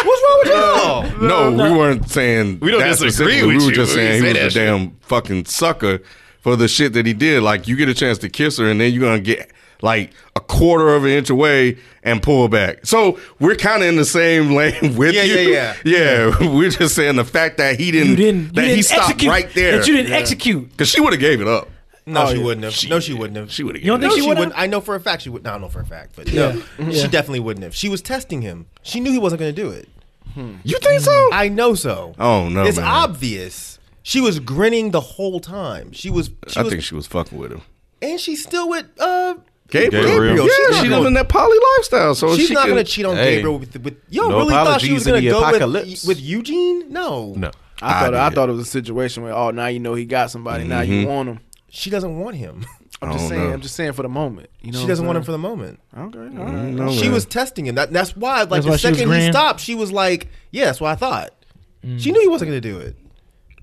S9: What's wrong with y'all?
S1: No, we weren't saying
S7: We don't
S1: that
S7: disagree
S1: specifically.
S7: with
S1: We were
S7: you.
S1: just
S7: We
S1: saying he
S7: say
S1: was a
S7: that
S1: damn fucking sucker for the shit that he did. Like you get a chance to kiss her, and then you're gonna get like a quarter of an inch away and pull back. So we're kind of in the same lane with
S9: Yeah,
S1: you.
S9: yeah,
S1: yeah, We're just saying the fact that he didn't,
S6: You didn't.
S1: that
S6: you
S1: he
S6: didn't
S1: stopped
S6: execute,
S1: right there
S6: That you didn't execute.
S1: because she would have gave it up.
S9: No,
S8: Oh,
S9: she
S8: yeah.
S9: wouldn't have. no, she wouldn't have.
S1: She would have.
S6: You don't
S9: No,
S6: think
S9: she,
S6: would've?
S9: wouldn't. I know for a fact she would. No, I know for a fact, but no,
S6: Yeah.
S9: she definitely wouldn't have. She was testing him. She knew he wasn't going to do it.
S1: You think so?
S9: I know so.
S1: Oh, no,
S9: Mm. it's
S1: man.
S9: obvious. She was grinning the whole time. She was. She
S1: I
S9: was
S1: think she was fucking with him.
S9: and she's still with uh,
S1: Gabriel.
S7: Gabriel.
S1: Yeah,
S9: She's not
S1: she
S9: gonna-
S1: living that poly lifestyle, so
S9: She's
S1: she
S9: not
S1: can-
S9: going to cheat on
S7: Hey.
S9: Gabriel with, with yo.
S7: No
S9: really thought she
S7: apologies
S9: was
S7: in
S9: going to
S7: the
S9: go
S7: apocalypse.
S9: with with Eugene? No,
S7: no,
S8: I thought I,
S1: did. Mm-hmm.
S8: thought it was a situation where oh now you know he got somebody now you want him.
S9: she doesn't want him.
S8: I'm just
S1: don't
S8: saying
S1: know.
S8: I'm just saying for the moment. You know
S9: she doesn't want him for the moment.
S8: want him. Okay. All right.
S1: No,
S9: She
S1: Oh, man.
S9: was testing him. That, that's why. Like
S6: That's
S9: the
S6: why she was
S9: second he
S6: grinning. Mm.
S9: stopped, she was like, "Yeah, that's what I thought." She knew he wasn't going to do it.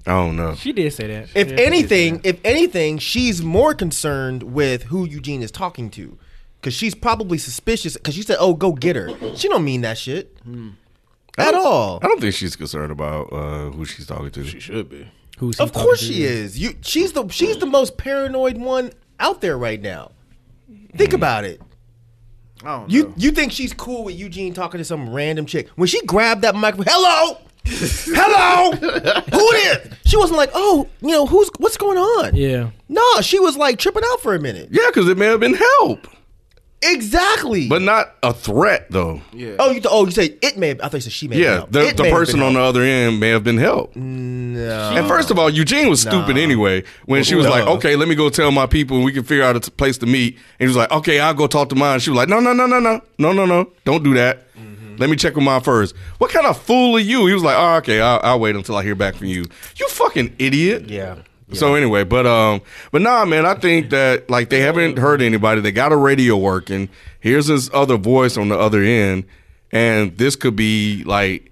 S1: I don't know.
S6: She did say that.
S9: If
S6: Yeah, she did
S9: anything, if anything, she's more concerned with who Eugene is talking to, because she's probably suspicious. Because she said, "Oh, go get her." She don't mean that shit
S7: Hmm.
S9: at all.
S1: I don't think she's concerned about uh, who she's talking to.
S7: she should be.
S6: say- Who's he
S9: Of course
S6: talking
S9: she is. You, she's the she's the most paranoid one out there right now. Think about it.
S8: I don't know.
S9: You you think she's cool with Eugene talking to some random chick? When she grabbed that microphone, hello, hello, who it is? She wasn't like, oh, you know, who's what's going on?
S6: to? Yeah.
S9: No, she was like tripping out for a minute.
S1: Yeah, because it may have been help,
S9: Exactly.
S1: but not a threat, though. Yeah,
S9: oh, you th- oh you say it may. Have, I thought you said she may. have been
S1: the,
S9: out. It
S1: the
S9: may have
S1: person
S9: been
S1: on the
S9: out.
S1: other end may have been help.
S9: No.
S1: and first of all, Eugene was stupid anyway when she was
S9: No.
S1: like, okay, let me go tell my people and we can figure out a t- place to meet. And he was like, okay, I'll go talk to mine. She was like, no, no, no, no, no, no, no, no, don't do that.
S9: Mm-hmm.
S1: Let me check with mine first. What kind of fool are you? He was like, oh, okay, I'll, I'll wait until I hear back from you. You fucking idiot.
S9: Yeah.
S1: So anyway, but um, but nah, man, I think that like they haven't heard anybody. They got a radio working. Here's this other voice on the other end, and this could be like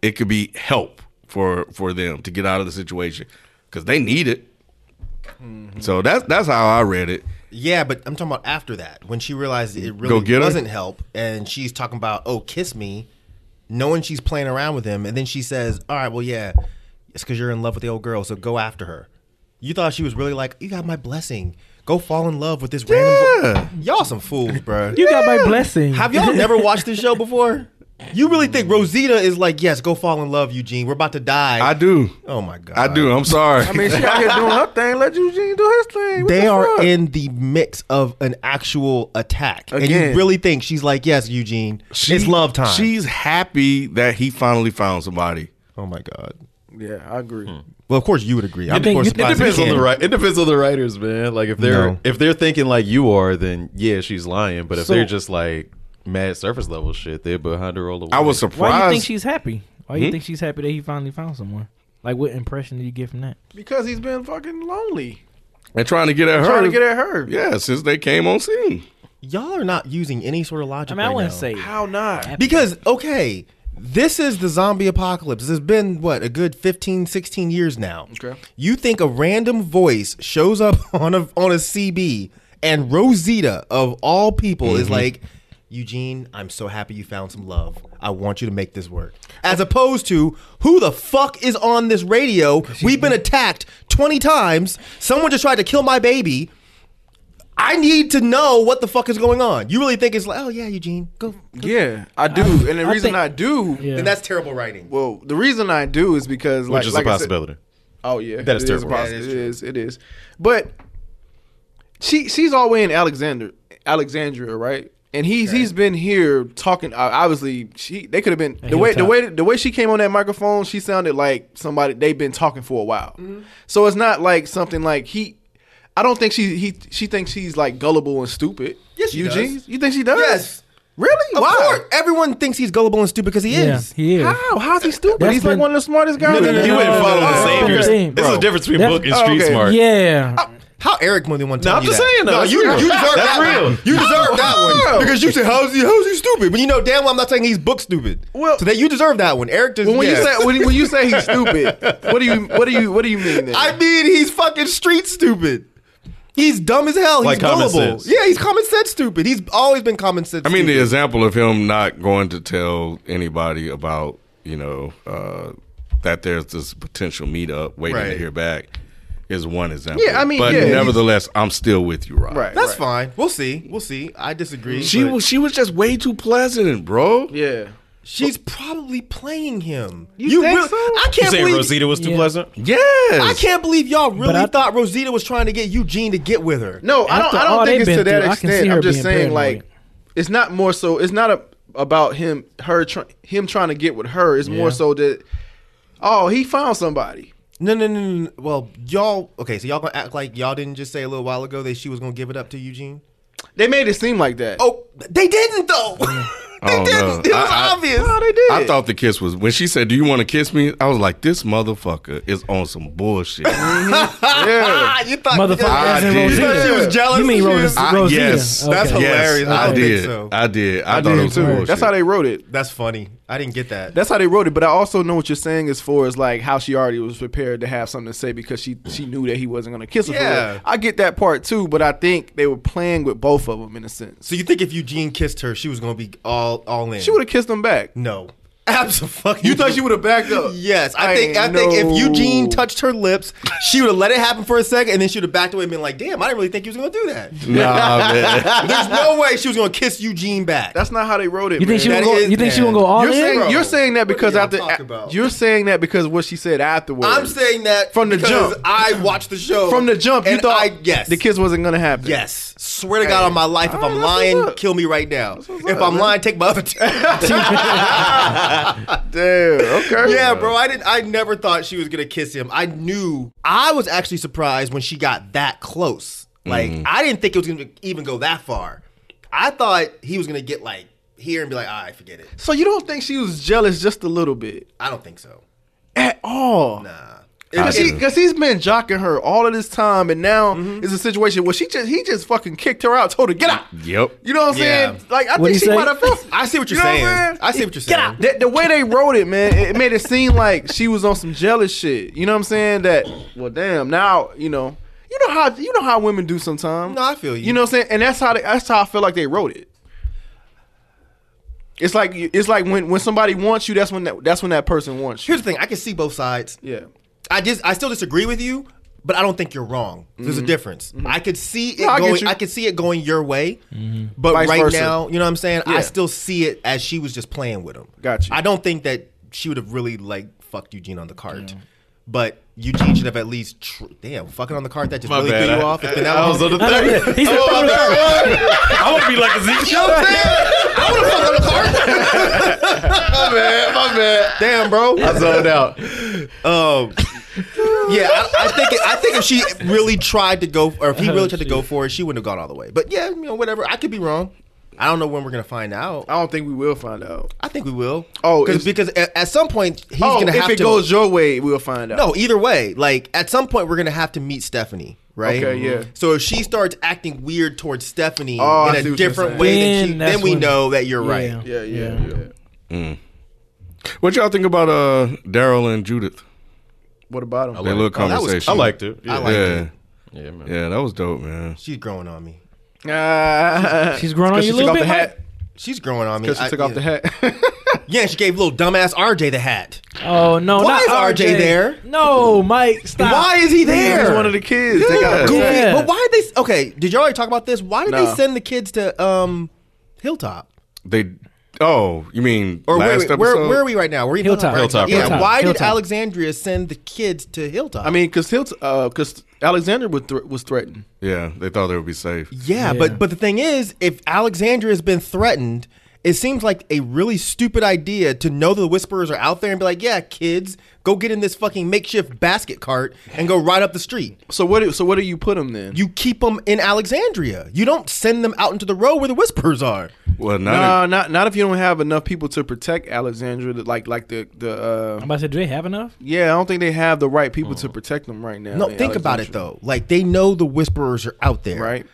S1: it could be help for for them to get out of the situation because they need it. So that's that's how I read it.
S9: Yeah, but I'm talking about after that when she realized it really
S1: Go get her?
S9: doesn't help, and she's talking about oh kiss me, knowing she's playing around with him, and then she says, all right, well yeah, it's because you're in love with the old girl, so go after her. You thought she was really like you got my blessing, go fall in love with this random. Vo-. Y'all some fools, bro.
S6: You got my blessing.
S9: Have y'all never watched this show before? You really think Rosita is like yes, go fall in love, Eugene? We're about to die.
S1: I do.
S9: oh my god,
S1: I do. I'm sorry.
S8: I mean, she out here doing her thing. Let Eugene do his thing. What
S9: they
S8: the
S9: are
S8: fuck?
S9: in the mix of an actual attack, and
S8: Again.
S9: you really think she's like, "Yes, Eugene,
S1: She-
S9: it's love time."
S1: She's happy that he finally found somebody.
S9: oh my god.
S8: Yeah, I agree.
S1: Hmm.
S9: Well, of course you would agree. I'm
S6: think-
S9: of course
S6: you think
S7: It
S9: surprised
S7: depends
S9: you
S7: on the
S9: can't.
S7: right. It depends on the writers, man. Like if they're
S9: No.
S7: if they're thinking like you are, then yeah, she's lying. But if
S6: So-
S7: they're just like mad surface level shit, they're behind her all the way.
S1: I was
S6: Why
S1: surprised.
S6: do you think she's happy? Why
S7: Hmm?
S6: do you think she's happy that he finally found someone? Like, what impression do you get from that?
S8: Because he's been fucking lonely.
S1: and trying to get at her.
S8: Trying to get at her.
S1: Yeah, since they came on scene.
S9: Y'all are not using any sort of logic.
S6: I mean, I
S9: right
S6: wouldn't
S9: now.
S6: say
S8: How not?
S9: because okay, this is the zombie apocalypse. It's been what a good 15, 16 years now.
S8: Okay.
S9: You think a random voice shows up on a on a CB and Rosita of all people is like, Eugene, I'm so happy you found some love. I want you to make this work. As opposed to who the fuck is on this radio? We've been attacked 20 times. Someone just tried to kill my baby. I need to know what the fuck is going on. You really think it's like, oh yeah, Eugene, go
S8: Yeah, I do. and the
S6: I
S8: reason
S6: think-
S8: I do,
S6: Yeah.
S9: then that's terrible writing.
S8: well, the reason I do is because, like,
S7: which is
S8: like
S7: a
S8: I said-
S7: possibility.
S8: oh yeah,
S7: That is
S8: it
S7: terrible
S8: a possi-
S7: writing.
S8: it is. It is. But she she's all the way in Alexander Alexandria, right? And he's he's been here talking. Uh, obviously, she they could have been the
S6: he'll
S8: way the
S6: talk.
S8: way the way she came on that microphone. She sounded like somebody they've been talking for a while.
S9: Mm-hmm.
S8: So it's not like something like he. I don't think she he she thinks she's like gullible and stupid.
S9: Yes, she
S8: Eugene,
S9: does.
S8: you think she does?
S9: Yes.
S8: really?
S9: Of
S8: Why?
S9: course, everyone thinks he's gullible and stupid because he
S6: Yeah,
S9: is.
S6: he is.
S8: How? How's he stupid?
S6: That's
S8: He's like
S6: been-
S8: one of the smartest
S9: No,
S8: guys.
S9: no,
S8: in
S9: no,
S8: the
S9: no,
S7: You
S9: no,
S7: ain't
S9: no,
S7: following
S9: no,
S7: the
S9: no,
S7: same.
S9: no,
S6: no,
S7: This
S6: no.
S7: is the difference between
S6: That's-
S7: book and street
S8: okay.
S7: smart.
S6: Yeah.
S9: How Eric more than one time?
S7: I'm just saying, though,
S9: No,
S7: that's
S9: you,
S7: real.
S9: you deserve
S7: That's
S9: that
S7: real.
S9: one. You deserve that one
S8: real.
S9: because you said how's he how's he stupid? But you know damn well I'm not saying he's book stupid.
S8: Well-
S9: so that you deserve that one. Eric does.
S8: When, when
S9: yeah.
S8: you say when, you- when you say he's stupid, what do you what do you what do you mean? Then?
S9: I mean, he's fucking street stupid. He's dumb as hell.
S7: Like
S9: he's
S7: common
S9: gullible.
S7: sense.
S9: Yeah, he's common sense stupid. He's always been common sense.
S1: I mean, the
S9: stupid.
S1: example of him not going to tell anybody about, you know, uh, that there's this potential meetup waiting to
S9: Right.
S1: hear back is one example.
S8: Yeah, I mean,
S1: but
S8: yeah,
S1: nevertheless, I'm still with you, Rob.
S8: right.
S9: that's
S8: right.
S9: fine. We'll see. We'll see. I disagree.
S1: She
S9: but
S1: was she was just way too pleasant, bro.
S8: Yeah.
S9: she's probably playing him.
S8: You think so?
S9: I
S7: You
S9: can't
S7: saying
S9: believe
S7: Rosita was too
S6: Yeah.
S7: pleasant?
S1: Yes.
S9: I can't believe y'all really
S6: I-
S9: thought Rosita was trying to get Eugene to get with her.
S8: No, I don't.
S6: After
S8: I
S6: all
S8: don't think
S6: they've
S8: it's to
S6: been
S8: that
S6: through, I can see
S8: extent.
S6: her
S8: I'm just
S6: being
S8: saying, like,
S6: paranoid.
S8: it's not more so. It's not a, about him, her, tr- him trying to get with her. It's more
S6: Yeah.
S8: so that, oh, he found somebody.
S9: No, no, no, no, no. Well, y'all. Okay, so y'all gonna act like y'all didn't just say a little while ago that she was gonna give it up to Eugene.
S8: They made it seem like that.
S9: Oh, they didn't though. they
S1: don't
S9: didn't.
S1: know.
S9: It was
S1: I- I-
S9: obvious.
S8: no, they did.
S1: I thought the kiss was when she said, "Do you want to kiss me?" I was like, "This motherfucker is on some bullshit."
S9: Ah, you thought
S6: Motherfucker,
S1: I
S6: as in
S1: did.
S9: You thought
S6: Rosita.
S9: she was jealous.
S6: You mean
S9: of
S6: Rosita?
S7: Ah,
S1: I-
S6: Rosita.
S1: yes,
S6: Okay.
S9: That's
S1: Yes,
S9: hilarious. I
S1: I,
S9: don't think
S1: did.
S9: so.
S1: I did. I,
S8: I
S1: thought
S8: did
S1: it was
S8: too.
S1: bullshit.
S8: That's how they wrote it.
S9: That's funny. I didn't get that.
S8: That's how they wrote it. But I also know what you're saying as far as like how she already was prepared to have something to say because she she knew that he wasn't gonna kiss her. for
S9: Yeah.
S8: real. I get that part too. But I think they were playing with both of them in a sense.
S9: so you think if Eugene kissed her, she was gonna be all all in?
S8: She would have kissed him back.
S9: No. Absolutely.
S8: You thought she would've backed up?
S9: Yes, I,
S8: I
S9: think. I think if
S8: know.
S9: Eugene touched her lips, she would have let it happen for a second, and then she would have backed away and been like, "Damn, I didn't really think you was gonna do that."
S1: Nah, man.
S9: There's no way she was gonna kiss Eugene back.
S8: That's not how they wrote it.
S6: You think she
S8: man.
S9: That
S6: would go?
S9: is
S6: You think she
S9: bad.
S6: would go all
S8: you're
S6: in?
S8: saying
S9: bro.
S8: you're saying that
S9: What are
S8: because
S9: y'all
S8: after
S9: talking about?
S8: you're saying that because what she said afterwards.
S9: I'm saying that
S8: From the
S9: because
S8: jump.
S9: I watched the show
S8: from the jump, you
S9: and
S8: thought
S9: I, yes,
S8: the kiss wasn't gonna happen.
S9: Yes, swear to God on my life, if
S8: All
S9: I'm
S8: right, that's what's
S9: lying,
S8: up.
S9: kill me right now. If
S8: what's up,
S9: I'm
S8: man.
S9: lying, take my other. T-
S8: Damn. Okay.
S9: yeah, bro, I didn't. I never thought she was gonna kiss him. I knew. I was actually surprised when she got that close. Like I didn't think it was gonna even go that far. I thought he was gonna get like here and be like, all right, forget it.
S8: So you don't think she was jealous just a little bit
S9: I don't think so.
S8: at all?
S9: Nah.
S8: Because
S1: do.
S8: he's been jocking her all of this time, and now
S9: Mm-hmm.
S8: it's a situation where she just he just fucking kicked her out, told her get out.
S1: Yep.
S8: You know what I'm
S9: Yeah.
S8: saying? Like I
S6: What'd he
S8: think she
S6: say?
S8: might have felt.
S9: I see what you're
S8: You know
S9: saying.
S8: what I'm
S9: I see what you're saying.
S8: The, the way they wrote it, man, it made it seem like she was on some jealous shit. You know what I'm saying? That well, damn. Now you know, you know how you know how women do sometimes.
S9: No, I feel you.
S8: You know what I'm saying? And that's how they, that's how I feel like they wrote it. It's like it's like when when somebody wants you, that's when that, that's when that person wants you.
S9: Here's the thing. I can see both sides.
S8: Yeah.
S9: I just I still disagree with you, but I don't think you're wrong. There's a difference. I could see it
S8: Mm-hmm. No, I get
S9: going.
S8: you. Mm-hmm.
S9: I, could see it going your way, but
S8: Vice
S9: right
S8: versa.
S9: now, you know what I'm saying.
S8: Yeah.
S9: I still see it as she was just playing with him.
S8: Got you.
S9: I don't think that she would have really like fucked Eugene on the cart, but Eugene should have at least tr- damn fucking on the cart that just
S7: My
S9: really
S7: bad.
S9: threw you
S7: I-
S9: off. It's been that
S7: I
S9: long.
S7: was on the
S6: I
S7: third.
S6: He said,
S7: I'm
S6: "Throw it up."
S7: I want to be like a Zeke.
S9: You know what I'm saying? I would have fucked on the cart.
S7: My bad, my bad.
S9: Damn, bro.
S7: I zoned out.
S9: Um, yeah, I, I think it, I think if she really tried to go, or if he really tried to go for it, she wouldn't have gone all the way. But yeah, you know, whatever. I could be wrong. I don't know when we're gonna find out.
S8: I don't think we will find out.
S9: I think we will.
S8: Oh,
S9: Cause,
S8: it's-
S9: because at, at some point he's
S8: oh,
S9: gonna
S8: if
S9: have
S8: it
S9: to
S8: goes your way, we'll find out.
S9: No, either way, like at some point we're gonna have to meet Stephanie, right?
S8: Okay, yeah.
S9: So if she starts acting weird towards Stephanie
S8: Oh, I see what
S9: in a
S8: you're
S9: different
S8: saying.
S9: way,
S6: Then
S9: then, she, then
S6: that's
S9: we
S6: when-
S9: know that you're right.
S8: Yeah, yeah, yeah.
S1: What y'all think about uh Daryl and Judith?
S8: What about him?
S1: Their little
S7: Oh,
S9: was
S1: conversation.
S9: cute.
S7: I liked it. Yeah.
S9: I liked
S1: yeah.
S9: it.
S7: yeah, man.
S1: Yeah, that was dope, man.
S9: She's growing on me.
S8: Ah.
S6: She's growing on
S8: Cause
S6: you
S8: she
S6: a
S8: took
S6: little
S8: off
S6: bit.
S8: the hat.
S6: Mike?
S9: She's growing on me.
S8: Because
S9: I-
S8: she took
S9: yeah.
S8: off the hat.
S9: Yeah, she gave little dumbass RJ the hat.
S6: Oh no!
S9: Why
S6: not
S9: is RJ there?
S6: No, Mike, stop.
S9: Why is he there?
S8: He's one of the kids. They
S9: Yeah.
S8: got
S9: Goofy.
S6: Yeah.
S9: But why did they? Okay, did you already talk about this? Why did they
S8: No.
S9: send the kids to um Hilltop?
S1: They oh, you mean
S9: Or where,
S1: last
S9: where,
S1: episode?
S9: where, are we right now? We're in
S6: Hilltop.
S9: right?
S6: Hilltop,
S9: Yeah.
S6: Hilltop.
S9: Why did
S6: Hilltop.
S9: Alexandria send the kids to Hilltop?
S8: I mean, because Hilt, because Alexander was thr- was threatened.
S1: Yeah, they thought they would be safe.
S6: Yeah.
S9: yeah, but but the thing is, if Alexandria has been threatened, it seems like a really stupid idea to know that the whisperers are out there and be like, "Yeah, kids, go get in this fucking makeshift basket cart and go right up the street."
S8: So what? do- So what do you put him then?
S9: You keep them in Alexandria. You don't send them out into the road where the whisperers are.
S1: Well,
S8: no,
S1: not
S8: not not if you don't have enough people to protect Alexandra. that- Like like the the uh,
S6: I'm about to say, do they have enough?
S8: yeah, I don't think they have the right people
S6: Mm.
S8: to protect them right now.
S9: No,
S8: in
S9: think about it
S8: Alexandria,
S9: though. Like they know the whisperers are out there.
S8: Right?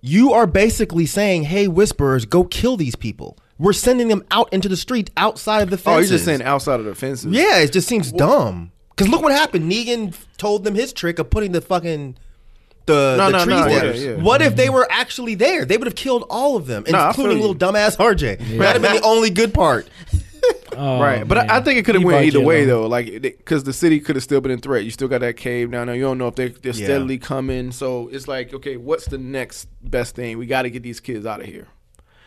S9: You are basically saying, "Hey, whisperers, go kill these people." We're sending them out into the street outside of the fences.
S8: Oh, he's just saying outside of the fences.
S9: Yeah, it just seems dumb. Cause look what happened. Negan f- told them his trick of putting the fucking the,
S8: No,
S9: the
S8: no,
S9: trees
S8: no,
S9: down.
S8: yeah, yeah.
S9: What if they were actually there? They would have killed all of them,
S8: No, I
S9: including
S8: feel you.
S9: little dumbass RJ. That'd have been the only good part.
S6: Oh,
S8: Right, but
S6: man.
S8: I, I think it could have
S6: He
S8: went
S6: brought
S8: either
S6: you
S8: way
S6: along.
S8: though, like because the city could have still been in threat. You still got that cave down there. You don't know if they, they're
S9: Yeah.
S8: steadily coming. So it's like, okay, what's the next best thing? We got to get these kids out of here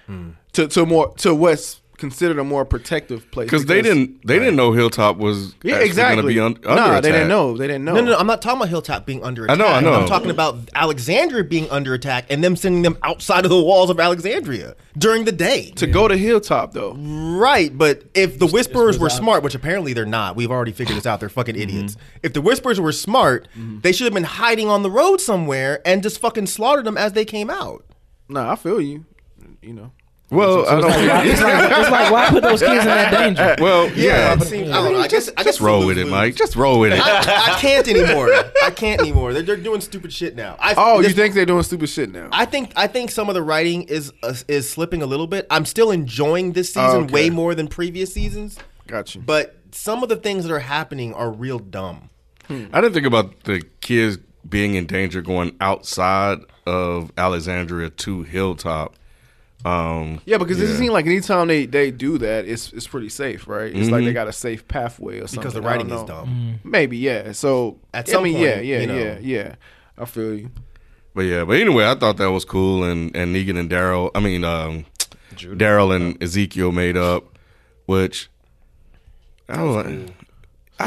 S9: Hmm.
S8: to to more to what's considered a more protective place
S1: because they didn't they didn't know Hilltop was
S8: Yeah,
S1: actually
S8: exactly.
S1: gonna be un, under
S8: nah, they
S1: attack.
S8: didn't know. They didn't know.
S9: No, no, no, I'm not talking about Hilltop being under
S1: I
S9: attack.
S1: know, I know.
S9: I'm talking about Alexandria being under attack and them sending them outside of the walls of Alexandria during the day.
S8: To go to Hilltop though,
S9: Right, but if the Whisperers were smart, which apparently they're not, we've already figured this out, they're fucking
S8: Mm-hmm.
S9: idiots. If the Whisperers were smart, they should have been hiding on the road somewhere and just fucking slaughtered them as they came out.
S8: nah, I feel you. You know,
S1: Well, I don't.
S6: Why- it's, like, it's like why put those kids in that danger?
S1: Well, yeah.
S9: it seems- I don't know. I guess, I guess
S1: Just roll
S9: lose-
S1: with it,
S9: lose.
S1: Mike. Just roll with it.
S9: I, I can't anymore. I can't anymore. They're, they're doing stupid shit now. I,
S8: oh, you
S9: this-
S8: think they're doing stupid shit now?
S9: I think I think some of the writing is uh, is slipping a little bit. I'm still enjoying this season
S8: Okay.
S9: way more than previous seasons,
S8: got you.
S9: but some of the things that are happening are real dumb.
S1: I didn't think about the kids being in danger going outside of Alexandria to Hilltop. Um,
S8: Yeah, because it
S1: Yeah.
S8: seems like anytime they, they do that, it's it's pretty safe, right? It's
S1: Mm-hmm.
S8: like they got a safe pathway or something.
S9: Because the
S8: I
S9: writing
S8: don't
S9: is
S8: know. Mm.
S9: dumb.
S8: Maybe yeah. So
S9: At
S8: I
S9: some
S8: mean,
S9: point,
S8: yeah, yeah,
S9: you know.
S8: yeah, yeah. I feel you.
S1: but yeah, but anyway, I thought that was cool, and and Negan and Daryl, I mean, um, Daryl and Ezekiel made up, which I don't. like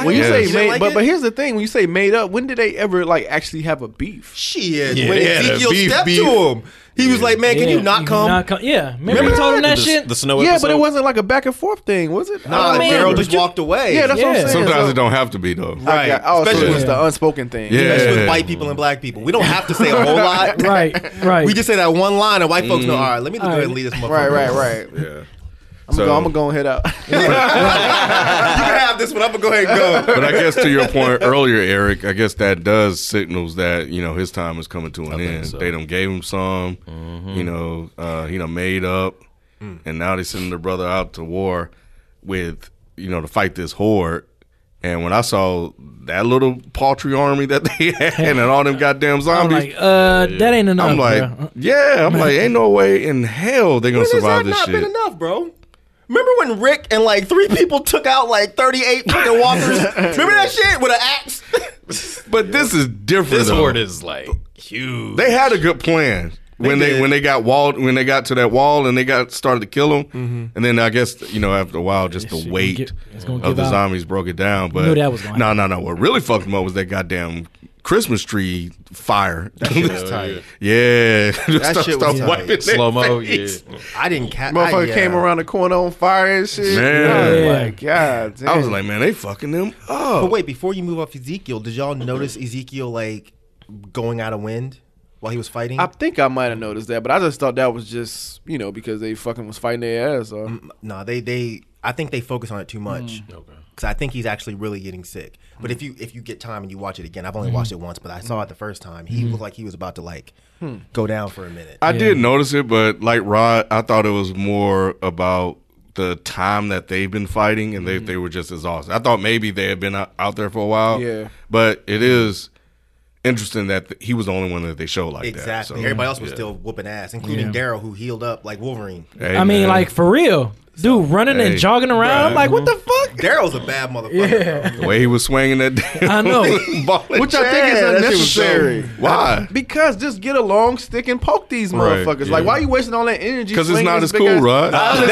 S8: when you
S1: guess.
S8: say
S1: You
S9: didn't
S8: made,
S9: like
S8: but
S9: it?
S8: but here's the thing: when you say made up, when did they ever like actually have a beef?
S9: Shit.
S7: Yeah,
S9: when
S7: they had a
S9: Ezekiel
S7: beef,
S9: stepped
S7: beef.
S9: to him, he was like, "Man, can
S6: Yeah,
S9: you not come?"
S6: Yeah, remember,
S7: Remember
S6: you told him that
S7: the-
S6: shit.
S7: the snow
S8: yeah, but
S7: episode?
S8: it wasn't like a back and forth thing, was it?
S9: nah,
S6: Oh, man,
S9: Daryl
S6: but
S9: just
S6: you-
S9: walked away.
S8: Yeah, that's what I'm
S6: Yeah.
S8: saying.
S1: Sometimes
S8: So-
S1: it don't have to be though.
S8: I got- oh, so
S9: Especially
S8: it was
S9: with-
S8: the unspoken thing.
S1: Yeah.
S9: especially with white people and black people. We don't have to say a whole lot.
S6: right, right.
S9: We just say that one line, and white folks
S7: Mm.
S9: know. All right, let me go ahead and lead this motherfucker.
S8: Right, right, right.
S1: Yeah.
S8: I'm,
S1: So-
S8: gonna, go- I'm gonna go and head out.
S9: you can have this one. I'm gonna go ahead and go.
S1: But I guess to your point earlier, Eric, I guess that does signals that you know his time is coming to an end. They done gave him some, you know, uh, he done made up, and now they sending their brother out to war with you know to fight this horde. And when I saw that little paltry army that they had and all them goddamn
S6: I'm
S1: zombies,
S6: like, uh, that ain't enough.
S1: I'm like,
S6: bro.
S1: yeah, I'm like, ain't no way in hell they gonna
S9: When has
S1: survive
S9: that
S1: this
S9: not
S1: shit.
S9: been enough, bro? Remember when Rick and like three people took out like 38 fucking walkers? Remember that shit with an axe?
S1: But this is different.
S7: This
S1: though.
S7: horde is like huge.
S1: They had a good plan when they,
S9: did.
S1: when they got walled when they got to that wall and they got started to kill them, and then I guess you know after a while just
S6: Mm-hmm. shit
S1: the
S6: gonna
S1: weight
S6: get- it's gonna
S1: of
S6: give
S1: the
S6: out.
S1: zombies broke it down. But
S6: knew that was gonna
S1: no no no, what really fucked them up was that goddamn Christmas tree fire.
S9: tight.
S1: yeah,
S9: That shit was tight.
S7: slow mo. Yeah.
S9: I uh, didn't catch.
S8: Motherfucker
S6: Ah,
S8: came around the corner on fire and shit.
S1: Man.
S8: I was
S6: Yeah.
S8: like, God damn.
S1: I was like, man, they fucking them up.
S9: But wait, before you move off Ezekiel, did y'all notice Ezekiel like going out of wind while he was fighting?
S8: I think I might have noticed that, but I just thought that was just, you know, because they fucking was fighting their ass off.
S9: No, they they I think they focus on it too much. Cuz I think he's actually really getting sick. But if you if you get time and you watch it again, I've only watched it once, but I saw it the first time. He looked like he was about to like go down for a minute.
S1: I did notice it, but like Rod, I thought it was more about the time that they've been fighting and
S8: Mm-hmm.
S1: they they were just exhausted. I thought maybe they had been out, out there for a while.
S8: Yeah.
S1: But it is interesting that th- he was the only one that they showed like that.
S9: exactly.
S1: so,
S9: Everybody else was
S1: yeah.
S9: still whooping ass, including
S6: Yeah.
S9: Daryl who healed up like Wolverine.
S1: Hey,
S6: I mean,
S1: man.
S6: like for real, dude, running
S1: Hey.
S6: and jogging around. I'm like, what the fuck?
S9: Daryl's a bad motherfucker. bro.
S1: the way he was swinging that damn
S6: I know.
S1: ball and
S8: Which I
S1: chain.
S8: think is
S1: Yeah, that shit was
S8: unnecessary.
S1: so- Why?
S8: Because just get a long stick and poke these
S1: Right,
S8: motherfuckers. Like,
S1: yeah.
S8: why you wasting all that energy?
S1: Because it's
S8: swinging
S1: not
S8: this
S1: as
S8: big
S1: cool,
S8: ass-
S1: Rod.
S7: That's, yeah,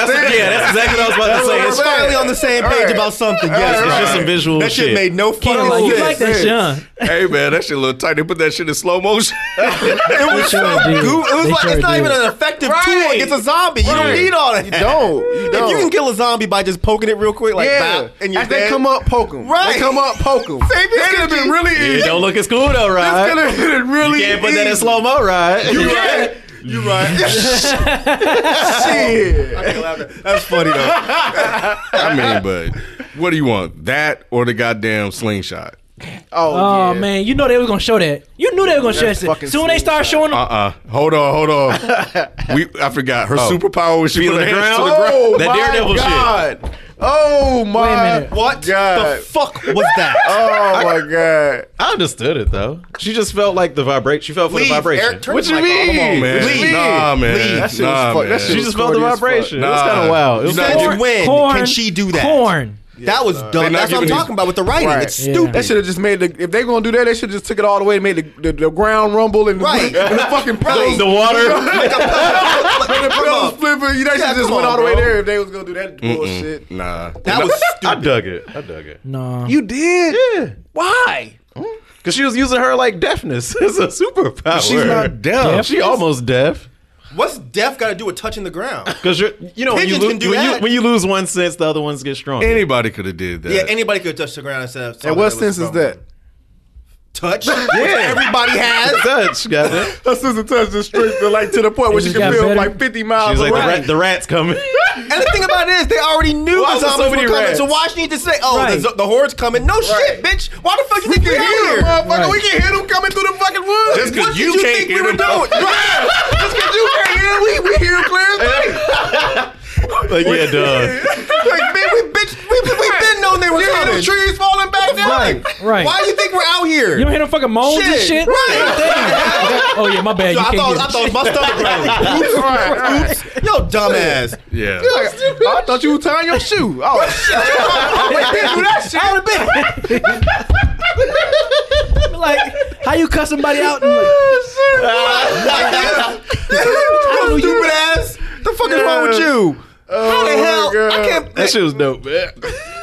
S7: that's exactly what I was about to say.
S9: We're
S7: It's
S9: finally on the same page
S8: Alright.
S9: about something. Yes,
S8: Alright.
S7: It's just some
S9: alright.
S7: visual
S9: That shit
S7: shit.
S9: made no fucking
S6: Yeah, like, you like
S9: sense.
S6: that, Sean?
S1: hey man, that shit a little tight. They put that shit in slow motion.
S9: It was,
S6: sure
S9: so
S6: did.
S9: goo- It was
S6: They
S9: like,
S6: sure
S9: it's not
S6: did.
S9: even an effective tool
S7: Right.
S9: against a zombie. You don't
S7: Right.
S9: need all that. You
S8: don't. You
S9: If you
S8: don't.
S9: can kill a zombie by just poking it real quick, like
S8: yeah.
S9: bop, and you're
S8: As they
S9: dead.
S8: come up, poke them.
S9: Right.
S8: They come up, poke them.
S9: Save your
S1: It'd have been
S9: energy.
S1: really easy.
S7: It don't look as cool though,
S1: It's
S7: right?
S1: gonna have been
S7: You
S1: really
S7: can't put that in
S1: easy.
S7: slow mo, right?
S9: You right. You right. Shit. I can't laugh at that. That's funny though.
S1: I mean, but what do you want? That or the goddamn slingshot?
S8: Oh,
S6: Oh
S8: yeah.
S6: man, you know they was gonna show that. You knew they were gonna show that.
S8: fucking
S6: shit. Soon they start showing
S1: Uh
S6: them.
S1: uh Hold on, hold on. We I forgot her superpower was Oh. she
S7: Feeling
S1: put
S7: the
S1: her hands
S7: ground?
S1: to the ground.
S8: Oh,
S7: That
S8: my
S7: Daredevil shit.
S8: God. Oh, my.
S6: minute.
S9: What
S8: God.
S9: the fuck was that?
S8: Oh, my God.
S7: I understood it though. She just felt like the vibration. She felt for
S9: Leave,
S7: the vibration.
S9: Eric, turn
S7: what
S9: the
S7: you
S9: mic
S7: mean?
S9: off.
S1: Come on, man.
S7: What you
S8: Leave.
S7: mean?
S1: Nah, man.
S8: Leave. That shit was
S1: nah,
S8: fuck-
S1: man.
S8: that shit
S7: She
S8: was
S7: just felt the
S8: corny as fuck.
S7: vibration. It was
S1: Nah.
S7: kind of wild. It was
S1: Nah,
S7: kinda
S9: Since
S1: you-
S7: weird.
S9: when
S6: corn,
S9: can she do that?
S6: Corn.
S9: That was dumb.
S1: not
S9: That's what I'm
S1: giving you-
S9: talking about with the writing.
S8: Right.
S9: It's
S6: Yeah.
S9: stupid.
S8: They should have just made the. If they gonna do that, they should just took it all the way and made the, the, the ground rumble and,
S9: Right.
S8: and the fucking
S9: Right.
S8: pillows,
S7: the water.
S8: the pillows flipping. You know, they
S9: Yeah,
S8: should just
S9: come
S8: went
S9: on,
S8: all the way
S9: bro.
S8: there if they was gonna do that bullshit.
S1: Nah.
S9: That was
S7: I
S9: stupid.
S7: dug it. I dug it.
S6: No.
S8: You did.
S7: Yeah,
S8: Why?
S7: because she was using her like deafness as a superpower.
S1: She's not deaf.
S7: She almost deaf.
S9: What's death got to do with touching the ground?
S7: Because you're, you know, when you,
S9: Pigeons
S7: lo-
S9: can do
S7: when, you,
S9: that.
S7: when you lose one sense, the other ones get stronger.
S1: Anybody could have did that.
S9: Yeah, anybody could touch the ground instead of.
S8: And
S1: Oh,
S8: what sense is that?
S9: Touch? yeah. Everybody has.
S7: touch, got it.
S8: Her sister touched the straight to like to the point where
S6: It
S8: she
S6: just
S8: can
S6: got better.
S8: feel like fifty miles
S7: She's like,
S8: away.
S7: the, rat, the rat's coming.
S9: And the thing about it is, they already knew
S7: Why was
S9: the
S7: there so
S9: zombies
S7: many
S9: were coming.
S7: rats?
S9: So why she need to say, "Oh,
S6: Right.
S9: the, the horde's coming"? No shit, bitch. Why the fuck you think we
S8: can
S9: out
S8: hear
S9: here?
S8: 'em, motherfucker.
S6: Right.
S9: We can hear them coming through the fucking woods.
S1: Just 'cause
S9: What
S1: you
S9: did
S1: can't
S9: think
S1: hear
S9: we were
S1: them.
S9: doing? Right. Just because you can't hear, 'em, we we hear 'em clear as day.
S7: like, yeah, duh.
S9: Like, man, we bitch, we we, we been known they were
S8: hear
S9: coming.
S8: them
S9: trees falling back down.
S6: Right, right.
S9: Why do you think we're out here?
S6: You don't hear them fucking moans and shit?
S9: Shit, right.
S6: Damn. oh, yeah, my bad.
S9: Yo,
S6: You
S9: I
S6: can't
S9: thought
S6: hear
S9: I
S6: me.
S9: thought it was my stomach growling. Oops, oops. Oh, Yo, dumbass.
S1: Yeah.
S8: Like, I thought you were tying your shoe. Oh shit!
S6: I would have been. like, how you cut somebody out? And like,
S9: Yo, stupid
S1: Oh
S7: Oh,
S9: ass. The fuck is wrong with you? How the hell? I can't.
S7: That shit was dope, man.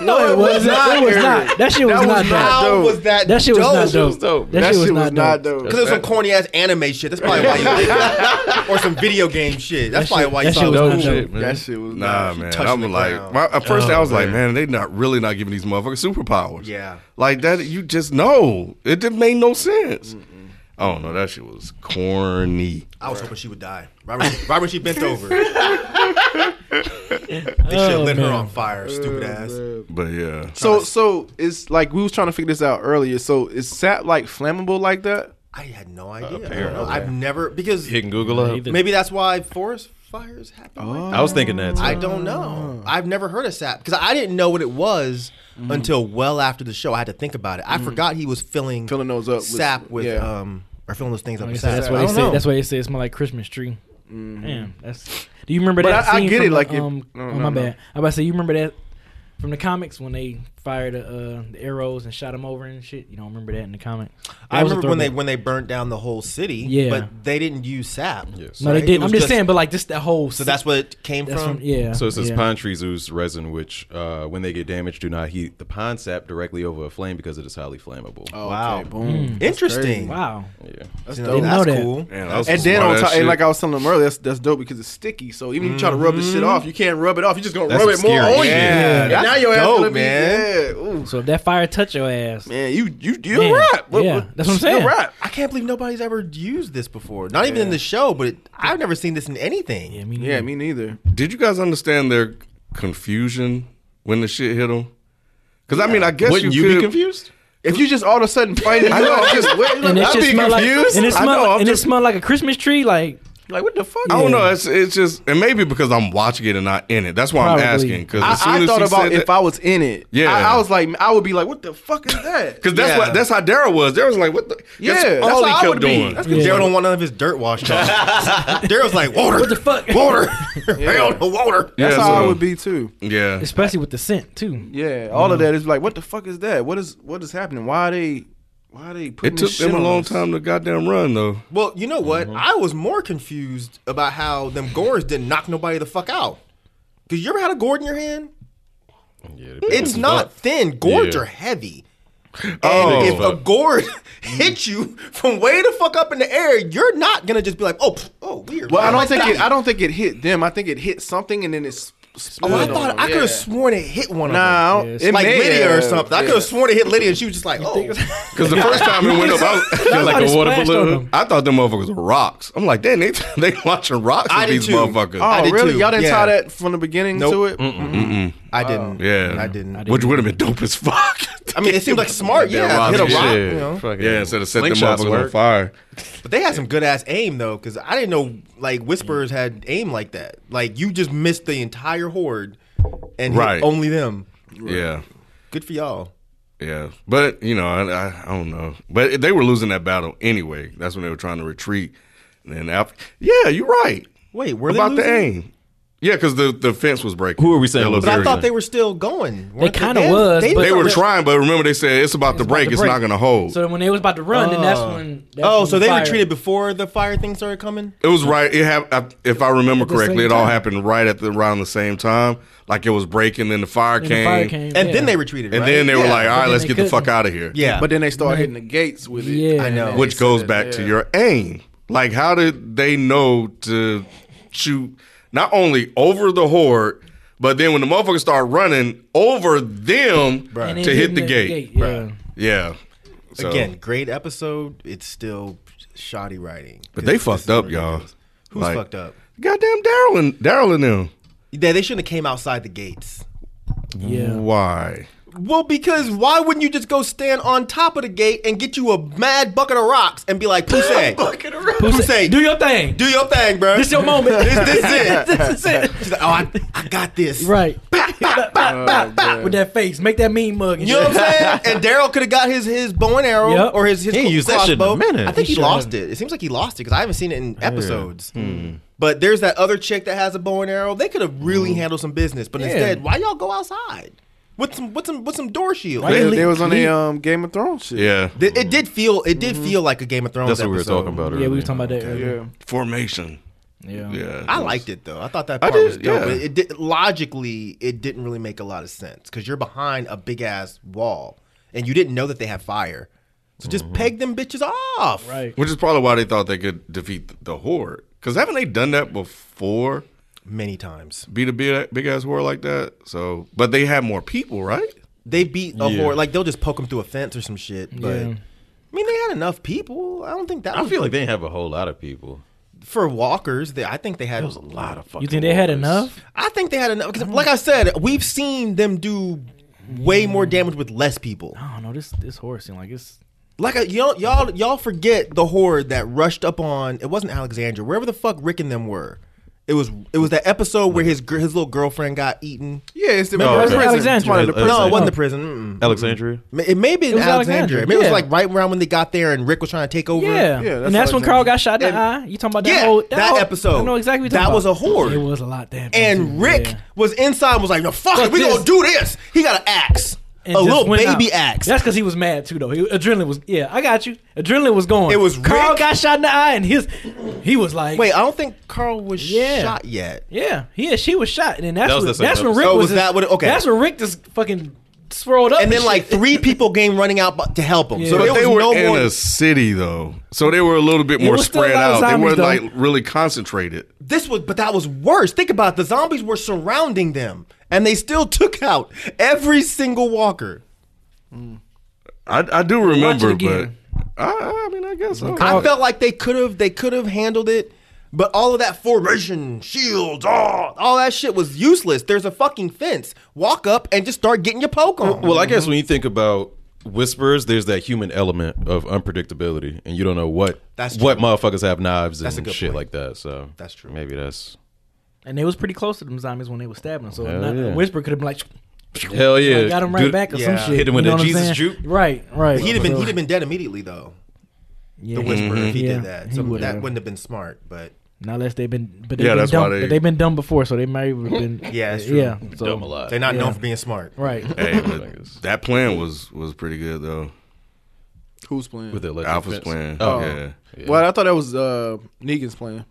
S6: No, it wasn't. It was not. That shit was
S1: That
S6: not
S1: was
S6: dope.
S1: not
S9: How
S1: dope.
S9: was that?
S6: That shit was not
S1: shit was
S6: dope.
S1: dope. That shit was not dope.
S9: Because it was some corny ass anime shit. That's probably why you like that. Or some video game shit. That's
S6: That
S9: probably
S6: shit-
S9: why you
S6: that shit
S9: thought it
S6: was
S9: was
S6: not
S9: cool.
S6: dope.
S7: man.
S1: That shit was
S7: Nah,
S1: nice.
S7: man.
S9: touching
S7: I'm
S9: the
S7: like,
S9: ground.
S7: my, at first I was
S1: Oh,
S7: like, man, they not really not giving these motherfuckers superpowers.
S9: Yeah.
S7: like that. You just know it didn't make no sense. I don't know. That shit was corny.
S9: I was hoping she would die. Robert, Robert she bent over. they should
S6: Oh,
S9: have lit her on fire, stupid ass.
S7: But yeah,
S1: So so it's like we was trying to figure this out earlier. So is sap like flammable like that?
S9: I had
S1: Uh,
S9: no idea. I don't know. I've never because
S8: You can Google up.
S9: maybe that's why forest fires happen.
S6: Oh.
S9: like
S8: I was thinking that. Too.
S9: I don't know. I've never heard of sap because I didn't know what it was until well after the show. I had to think about it. I forgot he was filling
S1: Filling those up with-
S9: sap with
S1: yeah.
S9: um or filling those things up
S6: Like I
S9: with
S6: said,
S9: sap.
S6: that's
S9: I
S6: why they
S9: don't
S6: say.
S9: know.
S6: That's why they say it smell like Christmas tree. Damn, that's. Do you remember
S1: But
S6: that?
S1: I- I
S6: scene
S1: get
S6: from
S1: it,
S6: the,
S1: like, if-
S6: um,
S1: no,
S6: oh,
S1: no,
S6: my
S1: no.
S6: bad. I about to say you remember that from the comics when they fired uh, the arrows and shot them over and shit. You don't remember that in the comic?
S9: I
S6: That was a
S9: remember when they
S6: throwback.
S9: when they burnt down the whole city.
S6: Yeah.
S9: but they didn't use sap.
S8: Yes.
S6: No, they
S9: It
S6: didn't.
S9: was
S6: I'm just,
S9: just-
S6: saying, but like just that whole.
S9: So that's what it came
S6: that's
S9: from.
S6: from yeah.
S8: So it says
S6: yeah.
S8: pine trees ooze resin, which uh, when they get damaged, do not heat the pine sap directly over a flame because it is highly flammable.
S1: Oh,
S9: Wow.
S1: Okay, boom.
S9: Interesting.
S6: Wow.
S8: Yeah.
S9: That's,
S1: dope.
S6: Didn't
S9: that's
S6: know that.
S9: cool.
S7: man, that was
S1: And
S7: some
S1: then on
S7: smart-ass
S1: top,
S7: shit.
S1: and like I was telling them earlier, that's, that's dope because it's sticky. So even if you try to rub this shit off, you can't rub it off. You're just gonna
S8: That's
S1: rub it more
S8: scary.
S1: on
S8: Yeah.
S1: you. And now
S9: That's
S1: your ass
S9: dope,
S1: gonna be
S9: man.
S1: yeah. Ooh.
S6: So if that fire touch your ass,
S1: Man, you you you
S6: Man,
S1: a rap.
S6: yeah, that's what I'm
S1: you
S6: saying.
S1: A rap.
S9: I can't believe nobody's ever used this before. Not even in the show, but it, I've never seen this in anything.
S6: yeah, I mean,
S1: Yeah, me neither.
S7: Did you guys understand their confusion when the shit hit them? Because I mean, I guess
S8: Wouldn't
S7: you,
S8: you,
S7: could,
S8: be confused?
S1: If you just all of a sudden fighting,
S7: I
S1: I know,
S7: know, I'm
S1: just wait,
S6: and it
S1: I'd
S6: just
S1: be
S6: smell like
S1: confused.
S6: and it
S7: I
S6: smell
S7: know, I'm
S6: and it
S7: just-
S6: smell like a Christmas tree. Like
S1: like what the fuck?
S7: I don't
S6: Yeah.
S7: know. It's, it's just, and maybe because I'm watching it and not in it. That's why
S6: Probably.
S7: I'm asking. Because
S1: I,
S7: as soon
S1: I
S7: as
S1: thought
S7: he
S1: about
S7: said
S1: if I was in it.
S7: Yeah.
S1: I, I was like, I would be like, what the fuck is that?
S7: because that's
S9: Yeah.
S7: what that's how Daryl was. Daryl was like, "What the?"
S1: Yeah,
S7: that's
S1: that's
S7: all
S1: how I
S7: he kept
S1: would be.
S7: doing.
S1: That's
S6: Yeah.
S9: Daryl don't want none of his dirt washed off. Daryl's like water.
S6: what the fuck?
S9: Water. Hell no water.
S1: That's
S7: Yeah,
S1: how
S7: so-
S1: I would be too.
S7: Yeah,
S6: Especially with the scent too.
S1: Yeah, all
S7: Mm-hmm.
S1: of that is like, what the fuck is that? What is what is happening? Why are they why are they putting
S7: it took
S1: this shit
S7: them a
S1: on
S7: long
S1: us?
S7: time to goddamn run though.
S9: Well, you know what?
S1: Mm-hmm.
S9: I was more confused about how them gourds didn't knock nobody the fuck out. Cause you ever had a gourd in your hand?
S8: Yeah,
S9: It's not thin. Gourds
S8: Yeah.
S9: are heavy. And
S7: Oh.
S9: if
S1: Mm-hmm.
S9: a gourd hits you from way the fuck up in the air, you're not gonna just be like, oh, pff, oh, weird.
S1: Well, I don't
S9: Like
S1: think it.
S9: that.
S1: I don't think it hit them. I think it hit something and then it's.
S9: Oh, I thought I could have sworn it hit one
S1: Nah, I
S9: of them.
S1: don't-
S9: Nah,
S1: it
S9: like
S1: may
S9: Lydia or
S1: have,
S9: something. I
S1: yeah.
S9: could have sworn it hit Lydia, and she was just like, "Oh,
S7: Because the first time it went up, I, was,
S6: That's
S8: like
S6: how
S8: a
S6: they
S8: water
S6: splashed
S8: balloon.
S6: on them.
S7: I thought them motherfuckers were rocks. I'm like, damn, they they launching rocks
S9: I
S7: with
S9: did
S7: these
S9: too.
S7: motherfuckers.
S1: Oh,
S9: I did
S1: really?
S9: too.
S1: Y'all didn't
S9: Yeah.
S1: tie that from the beginning
S9: Nope.
S1: to it.
S9: I didn't."
S7: yeah,
S9: I didn't. I
S7: Which would have been dope as fuck.
S9: I mean, it seemed like smart,
S7: Goddamn
S9: yeah.
S7: rocks
S9: Hit a
S7: and
S9: rock,
S7: shit.
S9: you know.
S7: Yeah, instead of setting them
S8: Slingshots
S7: motherfuckers on
S8: work.
S7: fire.
S9: But they had some good ass aim though, because I didn't know like Whisperers had aim like that. Like you just missed the entire horde, and hit
S7: Right.
S9: only them.
S7: Yeah.
S9: Good for y'all.
S7: Yeah, but you know, I, I, I don't know. But they were losing that battle anyway. That's when they were trying to retreat. And then after, yeah, you're right
S9: Wait, were they
S7: about the
S9: losing?
S7: aim. Yeah, because the, the fence was breaking.
S8: Who are we saying
S7: That
S8: was
S9: But I
S7: Missouri.
S9: thought they were still going. weren't
S6: kinda
S9: They-
S6: was,
S9: they-
S6: but-
S7: they were trying, but remember they said it's about to break.
S6: about to
S7: it's
S6: break.
S7: not going to hold.
S6: So then when they was about to run, then that's when. That's
S9: Oh,
S6: when
S9: so they
S6: fire-
S9: retreated before the fire thing started coming.
S7: it was right. It hap- I- if I remember
S6: At the same
S7: correctly, it all
S6: time.
S7: happened right at the, around the same time. Like it was breaking, then the fire
S6: Then the
S7: came,
S6: fire came,
S9: And
S6: yeah.
S9: then they retreated.
S7: and
S9: right?
S7: then they were
S9: Yeah.
S7: like, "All right,
S6: then
S7: let's
S6: they
S7: get the fuck
S6: couldn't.
S7: out of here."
S9: "Yeah,
S1: But then they started hitting the gates with it.
S6: Yeah,
S9: I know."
S7: which goes back to your aim. Like, how did they know to shoot not only over the horde, but then when the motherfuckers start running over them
S6: And then
S7: to hit
S6: hitting
S7: the, gate?
S6: yeah.
S7: Yeah. So-
S9: Again, great episode. It's still shoddy writing.
S7: but they
S9: This- this
S7: fucked
S9: is
S7: up, y'all.
S9: ridiculous. Who's
S7: Like,
S9: fucked up?
S7: Goddamn, Daryl and Daryl and them.
S9: Yeah, they shouldn't have came outside the gates.
S6: Yeah.
S7: Why?
S9: Well, because why wouldn't you just go stand on top of the gate and get you a mad bucket of rocks and be like, Pousse, bucket of rocks. Pousse,
S6: Do
S9: do,
S6: your thing.
S9: do your thing, bro.
S6: This your moment.
S9: this, this is it.
S6: this is it.
S9: She's like, oh, I, I got this.
S6: Right. Bop, bop,
S9: Oh,
S6: bop, bop, bop. With that face, make that mean mug.
S9: You know what I'm saying? And Daryl could have got his his bow and arrow
S6: Yep.
S9: or his his
S8: He ain't
S9: cl-
S8: used that shit in a
S9: crossbow.
S8: minute.
S9: I think
S6: He
S9: he,
S6: sure
S9: lost
S6: hasn't.
S9: it. It seems like he lost it because I haven't seen it in episodes.
S8: Hmm.
S9: But there's that other chick that has a bow and arrow. They could have really
S8: Hmm.
S9: handled some business, but instead, why y'all go outside with some with some with some door shields?
S6: Why
S1: They,
S6: you
S1: they was on the
S6: leave-
S1: um, Game of Thrones shit.
S7: Yeah.
S9: Th- It did feel it did feel like a Game of Thrones.
S8: Mm-hmm. That's what we were
S9: episode.
S8: talking about earlier.
S6: Yeah, we were talking about that. earlier.
S1: Yeah.
S7: Formation.
S6: Yeah.
S7: Yeah,
S9: I
S7: it was-
S9: liked it though. I thought that
S8: I
S9: part was
S8: did,
S9: dope.
S8: yeah.
S9: But it did, logically, it didn't really make a lot of sense because you're behind a big ass wall and you didn't know that they had fire. So
S8: Mm-hmm.
S9: just peg them bitches off.
S6: Right.
S7: which is probably why they thought they could defeat the horde. Because haven't they done that before?
S9: Many times.
S7: Beat a big, big ass horde like that. So, but they had more people, right?
S9: They beat a
S8: Yeah.
S9: horde. Like they'll just poke them through a fence or some shit. But
S6: Yeah.
S9: I mean, they had enough people. I don't think that.
S8: I
S9: was-
S8: feel like they didn't have a whole lot of people.
S9: for walkers, they, I think they had.
S8: There's a lot of fucking.
S6: You think they had
S8: walkers.
S6: enough?
S9: I think they had enough. 'cause like I said, we've seen them do way more damage with less people.
S6: I don't know. This this horse seemed like it's
S9: Like a, y'all, y'all, y'all forget the horde that rushed up on. It wasn't Alexandria, wherever the fuck Rick and them were. It was it was that episode where his gir- his little girlfriend got eaten.
S7: Yeah, it's the
S8: No,
S7: prison.
S8: okay.
S6: Alexandria.
S8: Alexandria.
S9: No, it wasn't the prison. Mm-mm.
S8: Alexandria.
S9: It may have been
S6: It was
S9: Alexandria.
S6: Alexandria,
S9: Maybe it was
S6: yeah.
S9: like right around when they got there and Rick was trying to take over.
S6: Yeah,
S1: Yeah, that's
S6: and that's when Carl
S1: Alexander.
S6: got shot in the eye. You talking about that
S9: Yeah,
S6: whole that,
S9: that
S6: whole-
S9: episode.
S6: I know exactly what you're
S9: That
S6: talking
S9: was
S6: about.
S9: a horde.
S6: It was a lot damn.
S9: And Rick was inside and was like, no, fuck,
S6: Fuck
S9: it, we
S6: this."
S9: gonna do this. He got an axe. a little baby axe.
S6: That's because he was mad too, though. He, adrenaline was yeah. I got you. Adrenaline was going.
S9: It was
S6: Carl
S9: Rick-
S6: got shot in the eye, and his he was like
S9: Wait, I don't think Carl was
S6: Yeah.
S9: shot yet.
S6: yeah he and she was shot, and then that's
S8: That was
S6: when,
S8: the same
S6: that's when
S8: episode.
S6: Rick
S9: Oh, was
S6: just-
S9: that what it- okay.
S6: That's when Rick just fucking swirled up,
S9: And then like
S6: shit.
S9: three people came running out bu- to help him.
S6: Yeah.
S9: So
S7: But
S9: there
S7: they
S9: was
S7: were
S9: no
S7: in
S9: more.
S7: a city though, so they were a little bit
S6: It
S7: more
S6: was still a
S7: spread
S6: lot of
S7: out. They
S6: zombies,
S7: weren't
S6: though.
S7: like really concentrated.
S9: This was, but that was worse. Think about it. the zombies were surrounding them, and they still took out every single walker.
S7: I, I do remember, but
S6: again.
S7: I, I mean, I guess so.
S9: I felt like they could have, they could have handled it, but all of that formation, shields, all, all that shit was useless. There's a fucking fence. Walk up and just start getting your poke on.
S8: Well, I guess when you think about whispers, there's that human element of unpredictability, and you don't know what
S9: That's
S8: what motherfuckers have knives
S9: That's a
S8: and
S9: good
S8: shit
S9: point.
S8: like that. So
S9: That's true.
S8: Maybe that's
S6: and they was pretty close to them zombies when they was stabbing. Them, so
S8: Hell
S6: not,
S8: yeah.
S6: Whisper could have been like
S8: hell yeah.
S6: got him right
S8: Good-
S6: back or
S9: Yeah.
S6: some shit.
S8: Hit him with
S6: you
S8: a
S6: know what I'm
S8: Jesus
S6: saying?
S8: juke.
S6: Right, right.
S9: he'd have been,
S6: So-
S9: he'd have been dead immediately though.
S6: yeah.
S9: The whisperer, if he
S6: Yeah,
S9: did that,
S6: he
S9: so
S6: would've.
S9: that wouldn't have been smart. But
S6: Not unless they've been, but they've
S7: Yeah,
S6: been
S7: that's why
S6: dumb.
S7: they-
S6: but they've been dumb before, so they might have been.
S9: Yeah, that's true.
S6: Yeah, so,
S8: Dumb a lot.
S9: they're not
S6: Yeah.
S9: known for being smart.
S6: Right.
S7: Hey, but that plan was was pretty good though.
S1: Who's playing?
S8: With the electric
S7: Alpha's
S8: fence.
S7: plan.
S8: Oh.
S7: yeah.
S1: Well, I thought that was uh, Negan's plan.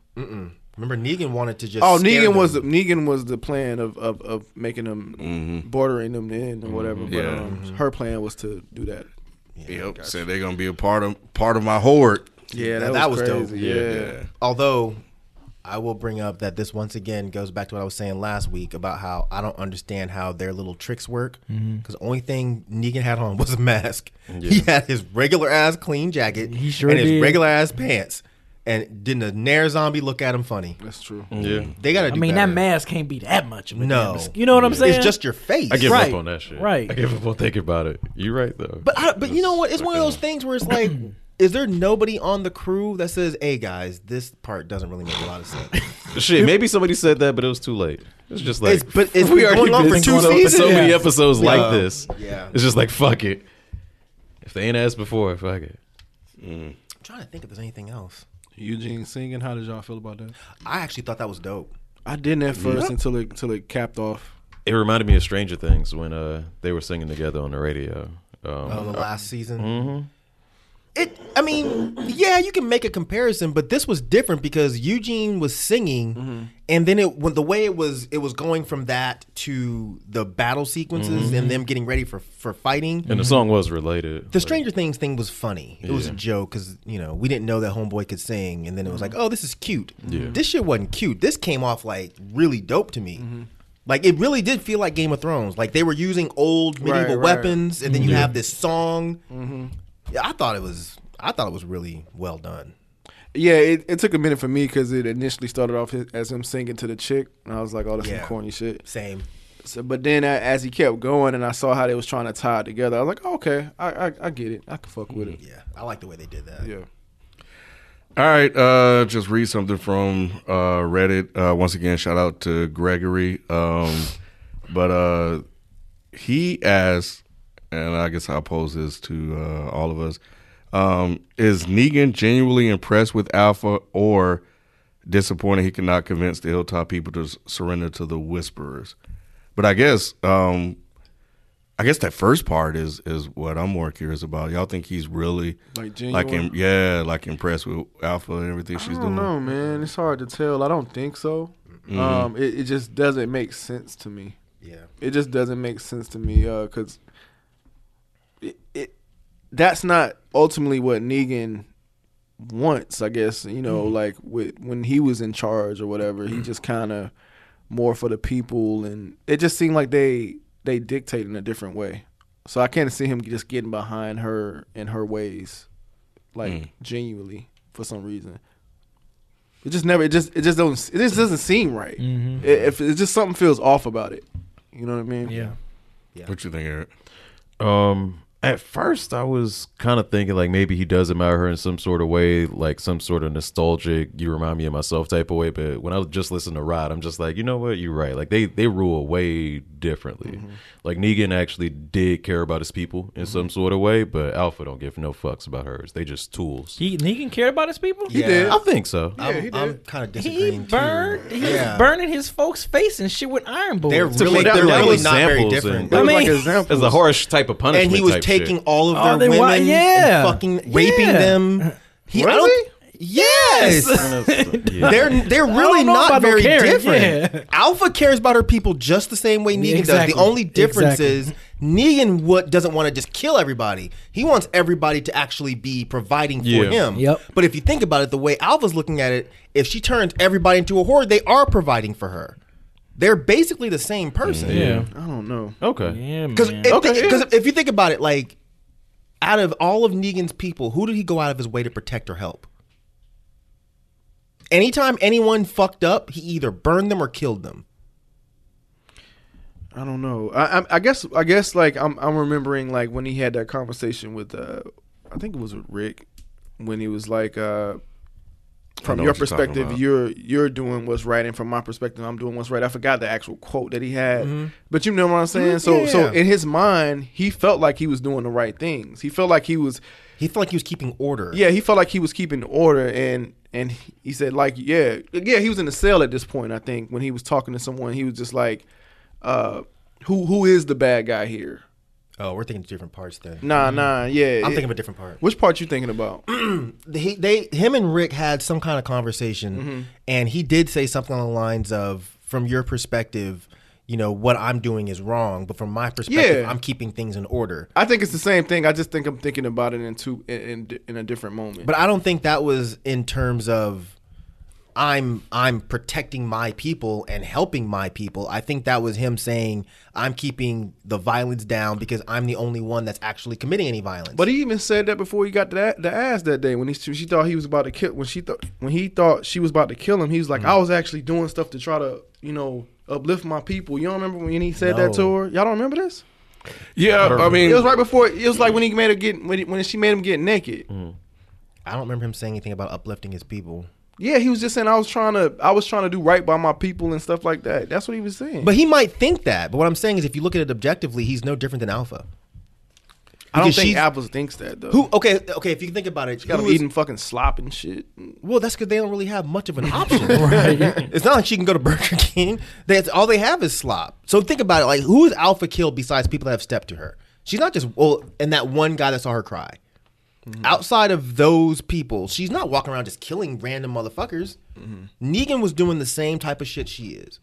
S9: Remember, Negan wanted to just.
S1: Oh,
S9: scare
S1: Negan was the,
S9: them.
S1: Negan was the plan of of, of making them bordering them in or whatever. But
S7: Mm-hmm. Yeah.
S1: um, her plan was to do that.
S7: Yep. Said they're gonna be a part of part of my horde.
S1: Yeah,
S9: that
S1: that,
S9: that
S1: was,
S9: was dope.
S1: crazy. Yeah.
S9: Although, I will bring up that this once again goes back to what I was saying last week about how I don't understand how their little tricks work. Because
S6: Mm-hmm.
S9: the only thing Negan had on was a mask. He had his regular ass clean jacket
S6: He sure
S9: and his
S6: did.
S9: regular ass pants, and didn't a Nair zombie look at him funny.
S1: that's true.
S7: Mm-hmm.
S8: Yeah.
S9: They gotta.
S6: I
S9: Do
S6: mean,
S9: better.
S6: that mask can't be that much. Of a
S9: No.
S6: damn- you know what I'm saying?
S9: It's just your face.
S8: I give
S6: Right,
S8: up on that shit.
S6: right.
S8: I give up on thinking about it. You're right though.
S9: But I, but you know what? It's one of those things where it's like, is there nobody on the crew that says, "Hey guys, this part doesn't really make a lot of sense."
S8: shit, maybe somebody said that, but it was too late. It's just like
S9: It's- but it's been going on for
S8: been
S9: two
S8: going on for So
S9: seasons.
S8: many
S9: Yeah.
S8: episodes
S9: Yeah.
S8: like this.
S9: Yeah.
S8: It's just like fuck it. If they ain't asked before, fuck it.
S9: I'm trying to think if there's anything else.
S1: Eugene singing. How did y'all feel about that?
S9: I actually thought that was dope.
S1: I didn't at first until it until it capped off.
S8: It reminded me of Stranger Things when uh, they were singing together on the radio. Um,
S9: on the last season. Mm-hmm. It, I mean, yeah, you can make a comparison, but this was different because Eugene was singing, and then it when the way it was, it was going from that to the battle sequences and them getting ready for for fighting.
S8: and the song was related.
S9: Mm-hmm. The
S8: Like,
S9: Stranger Things thing was funny. It was a
S8: Yeah.
S9: joke because you know we didn't know that Homeboy could sing, and then it was like, oh, this is cute.
S8: Yeah.
S9: This shit wasn't cute. This came off like really dope to me. Like it really did feel like Game of Thrones. Like they were using old medieval
S1: right.
S9: weapons, and then you have this song. Yeah, I thought it was. I thought it was really well done.
S1: Yeah, it, it took a minute for me because it initially started off hi- as him singing to the chick, and I was like, "Oh, that's
S9: Yeah.
S1: some corny shit."
S9: Same.
S1: So, but then a- as he kept going, and I saw how they was trying to tie it together, I was like, oh, "Okay, I, I I get it. I can fuck with it."
S9: Yeah, I like the way they did that.
S1: Yeah.
S7: All right, uh, just read something from uh, Reddit. Uh, once again, shout out to Gregory. Um, but uh, he asked, and I guess I'll pose this to uh, all of us: um, Is Negan genuinely impressed with Alpha, or disappointed he cannot convince the Hilltop people to s- surrender to the Whisperers? But I guess um, I guess that first part is is what I'm more curious about. Y'all think he's really
S1: Like genuine?
S7: like im- yeah, like impressed with Alpha and everything she's
S1: I don't
S7: doing?
S1: know, man. It's hard to tell. I don't think so. Um, it, it just doesn't make sense to me.
S9: Yeah.
S1: It just doesn't make sense to me because it, it that's not ultimately what Negan wants. I guess you know, like with when he was in charge or whatever, he just kind of more for the people, and it just seemed like they they dictate in a different way. So I can't see him just getting behind her and her ways, like genuinely for some reason. It just never. It just. It just don't. It just doesn't seem right. It, if it's just something feels off about it, you know what I mean?
S6: Yeah.
S7: What you think, Eric?
S8: Um, at first, I was kind of thinking like maybe he does admire her in some sort of way, like some sort of nostalgic "you remind me of myself" type of way. But when I just listen to Rod, I'm just like, you know what, you're right. Like they they rule way differently.
S9: Mm-hmm.
S8: Like Negan actually did care about his people in some sort of way, but Alpha don't give no fucks about hers. They just tools.
S6: He Negan cared about his people.
S9: He did.
S8: I think so.
S9: I'm, I'm kind of
S6: He
S9: disagreeing
S6: burned.
S9: too.
S6: He was burning his folks' face and shit with iron bullets.
S9: They're
S8: So
S9: really,
S8: that-
S9: they're
S8: that
S9: really
S8: was
S9: not very
S8: examples
S9: different.
S8: and-
S6: I mean,
S1: Like examples.
S8: It's a harsh type of punishment.
S9: and he was
S8: type
S9: taking
S8: shit.
S9: all of
S6: All
S9: their
S6: Oh, they
S9: women,
S6: wa- yeah.
S9: and fucking raping
S6: Yeah.
S9: them. He, I
S8: Was
S9: don't- Yes,
S8: Yeah.
S9: they're they're really
S6: know
S9: not
S6: about no
S9: very
S6: caring,
S9: different.
S6: yeah.
S9: Alpha cares about her people just the same way Negan does.
S6: exactly,
S9: The only difference
S6: exactly.
S9: is Negan what doesn't want to just kill everybody. He wants everybody to actually be providing for
S8: Yeah.
S9: him.
S6: Yep.
S9: But if you think about it, the way Alpha's looking at it, if she turns everybody into a horde, they are providing for her. They're basically the same person.
S6: yeah.
S1: I don't know.
S8: okay.
S6: Yeah, man.
S9: Because if, because if you think about it, like out of all of Negan's people, who did he go out of his way to protect or help? Anytime anyone fucked up, he either burned them or killed them.
S1: I don't know. I, I, I guess. I guess. Like I'm. I'm remembering like when he had that conversation with. Uh, I think it was with Rick, when he was like, uh, from
S7: know
S1: your
S7: what you're talking
S1: perspective,
S7: about.
S1: you're you're doing what's right, and from my perspective, I'm doing what's right. I forgot the actual quote that he had,
S7: Mm-hmm.
S1: but you know what I'm saying. So so in his mind, he felt like he was doing the right things. He felt like he was.
S9: He felt like he was keeping order.
S1: Yeah, he felt like he was keeping order, and and he said like, yeah, yeah, he was in the cell at this point. I think when he was talking to someone, he was just like, uh, who who is the bad guy here?
S9: Oh, we're thinking different parts there.
S1: Nah, nah, yeah.
S9: Mm-hmm. I'm thinking of a different part.
S1: Which part you thinking about?
S9: He, they, him and Rick had some kind of conversation,
S1: Mm-hmm.
S9: and he did say something along the lines of, "From your perspective, you know what I'm doing is wrong, but from my perspective,
S1: Yeah.
S9: I'm keeping things in order."
S1: I think it's the same thing. I just think I'm thinking about it in two in in, in a different moment.
S9: But I don't think that was in terms of I'm I'm protecting my people and helping my people. I think that was him saying I'm keeping the violence down because I'm the only one that's actually committing any violence.
S1: But he even said that before he got to that the ass that day when he she thought he was about to kill when she thought when he thought she was about to kill him. He was
S9: Mm-hmm.
S1: like, I was actually doing stuff to try to you know uplift my people. You don't remember when he said that to
S9: No.
S1: her? Y'all don't remember this?
S7: Yeah, I mean,
S9: Mm.
S1: It was right before. It was like when he made her get when, he- when she made him get naked.
S9: Mm. I don't remember him saying anything about uplifting his people.
S1: Yeah, he was just saying I was trying to I was trying to do right by my people and stuff like that. That's what he was saying.
S9: But he might think that. But what I'm saying is if you look at it objectively, he's no different than Alpha.
S1: I don't
S9: because
S1: think
S9: she's-
S1: Apples thinks that though.
S9: Who okay, okay, if you think about it,
S1: got
S9: who
S1: him
S9: is-
S1: eating fucking slop and shit?
S9: Well, that's because they don't really have much of an option. right. It's not like she can go to Burger King. That's all they have is slop. So think about it. Like, who is Alpha killed besides people that have stepped to her? She's not just well, and that one guy that saw her cry.
S1: Mm-hmm.
S9: Outside of those people, she's not walking around just killing random motherfuckers.
S1: Mm-hmm.
S9: Negan was doing the same type of shit she is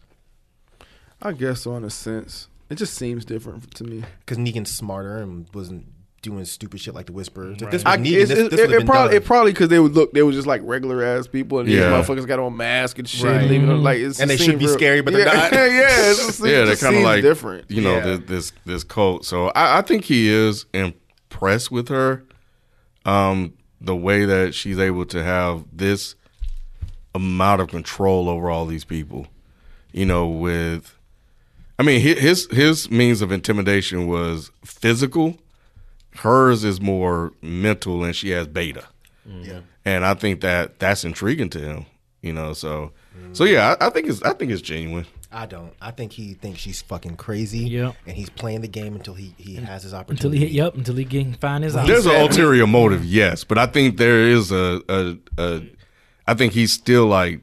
S1: I guess so in a sense. It just seems different to me.
S9: because Negan's smarter and wasn't doing stupid shit like the Whisperers. If this
S1: I,
S9: was Negan,
S1: it's-
S9: this,
S1: it's-
S9: this
S1: it,
S9: would have
S1: it
S9: been
S1: probably
S9: done.
S1: it probably because they would look they were just like regular ass people and
S7: Yeah.
S1: these motherfuckers got on masks and shit
S9: Right.
S1: leaving them like it's
S9: And
S1: just
S9: they should
S1: seemed
S9: be scary, but they're
S1: yeah,
S9: not.
S1: yeah, it's just, it
S7: yeah, they're
S1: just
S7: kind of
S1: seems
S7: like
S1: different.
S7: You know
S1: Yeah.
S7: this this this cult. So I, I think he is impressed with her. Um, the way that she's able to have this amount of control over all these people, you know, with. I mean, hi- his his means of intimidation was physical. Hers is more mental, and she has beta. And I think that that's intriguing to him, you know. So, so yeah, I, I think it's I think it's genuine.
S9: I don't. I think he thinks she's fucking crazy.
S6: Yep.
S9: and he's playing the game until he he has his opportunity.
S6: until he hit you up, until he can find his eyes.
S7: There's an ulterior motive, yes, but I think there is a, a, a I think he's still like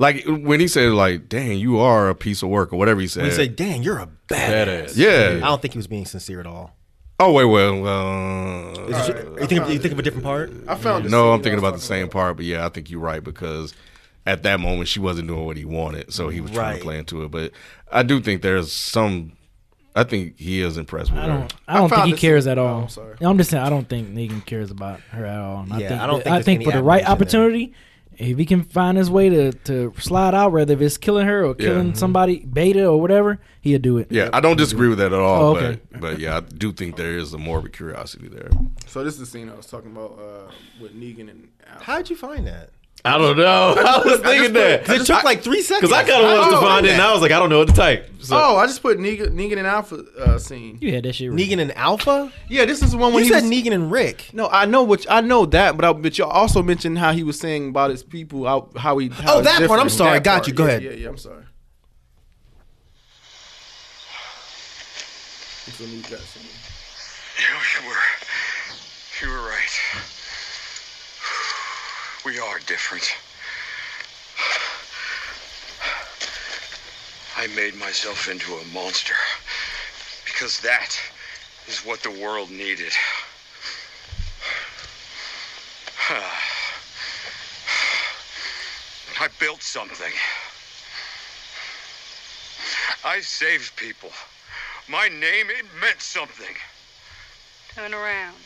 S7: Like when he said, "Like, dang, you are a piece of work" or whatever he said.
S9: He said, "Dang, you're a badass."
S8: Badass.
S9: I
S7: yeah.
S9: don't think he was being sincere at all.
S7: Oh wait, well, well.
S9: Is it- you, think of, you think of a different part?
S1: I found it.
S7: No, I'm thinking about the same part, but yeah, I think you're right because at that moment she wasn't doing what he wanted, so he was trying
S9: Right.
S7: to play into it. But I do think there's some. I think he is impressed with
S6: I
S7: her.
S6: don't. I don't think
S1: found
S6: he
S1: this-
S6: cares at all.
S1: Oh,
S6: I'm,
S1: I'm sorry.
S6: just saying. I don't think Negan cares about her at all. And
S9: Yeah,
S6: I think.
S9: I don't
S6: that-
S9: think
S6: I
S9: there's
S6: think
S9: any
S6: for the right
S9: admiration there.
S6: opportunity, if he can find his way to to slide out, whether if it's killing her or killing somebody, Beta or whatever, he'll do it.
S7: mm-hmm. Yeah, I don't disagree with that at all.
S6: Oh, okay.
S7: but, but yeah, I do think there is a morbid curiosity there.
S1: So this is the scene I was talking about uh, with Negan and Al.
S9: How'd you find that?
S8: I don't know. I was thinking that.
S9: It took like three seconds.
S8: Because I kind of wanted to find it, and I was like, I don't know what to type. So,
S1: Oh, I just put Negan, Negan and Alpha uh, scene.
S6: You had that shit.
S9: Negan and Alpha.
S1: Yeah, this is the one
S9: You
S1: when he
S9: said
S1: was,
S9: Negan and Rick.
S1: No, I know what I know that, but I, but you also mentioned how he was saying about his people, how, how he. how
S9: Oh,
S1: it's
S9: that part, I'm
S1: different.
S9: sorry. Got you. Go
S1: Yeah,
S9: ahead.
S1: Yeah, yeah, I'm sorry. That's when he got some-
S5: You, you were. You were right. We are different. I made myself into a monster because that is what the world needed. I built something. I saved people. My name, it meant something.
S4: Turn around.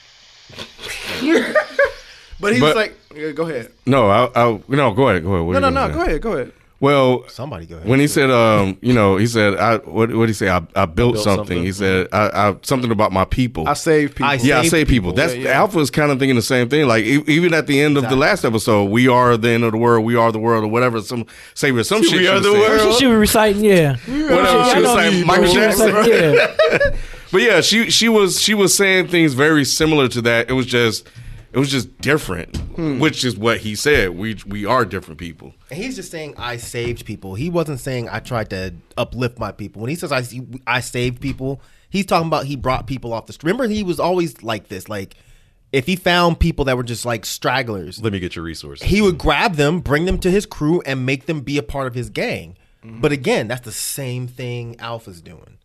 S1: But he was
S7: But-
S1: like, yeah, "Go ahead."
S7: No, I, I no, go ahead, go ahead. What
S1: No,
S7: are
S1: no,
S7: you
S1: no.
S7: gonna say?
S1: Go ahead. Go ahead.
S7: Well,
S9: Somebody go ahead.
S7: when he said, um, you know, he said, I what what he say? I, I built, something. He said, I, I something about my people.
S1: I saved people.
S9: I
S7: yeah, I
S9: saved
S7: say people. That's
S1: Yeah, yeah.
S7: Alpha is kind of thinking the same thing. Like e- even at the end of the last episode, we are the end of the world. We are the world, or whatever. Some say or some shit.
S8: We
S7: she
S8: are
S7: was
S8: the
S7: saying.
S8: world.
S6: Oh, She, she was reciting. Yeah.
S7: Whatever.
S6: Yeah,
S7: She
S6: I
S7: was
S6: know
S7: saying
S6: you-
S7: Michael
S6: she was
S7: Jackson.
S6: reciting, yeah.
S7: But yeah, she she was she was saying things very similar to that. It was just it was just different, which is what he said. We we are different people.
S9: And he's just saying I saved people. He wasn't saying I tried to uplift my people. When he says I I saved people, he's talking about he brought people off the street. Remember, he was always like this. Like if he found people that were just like stragglers,
S8: let me get your resources.
S9: he would grab them, bring them to his crew, and make them be a part of his gang. But again, that's the same thing Alpha's doing.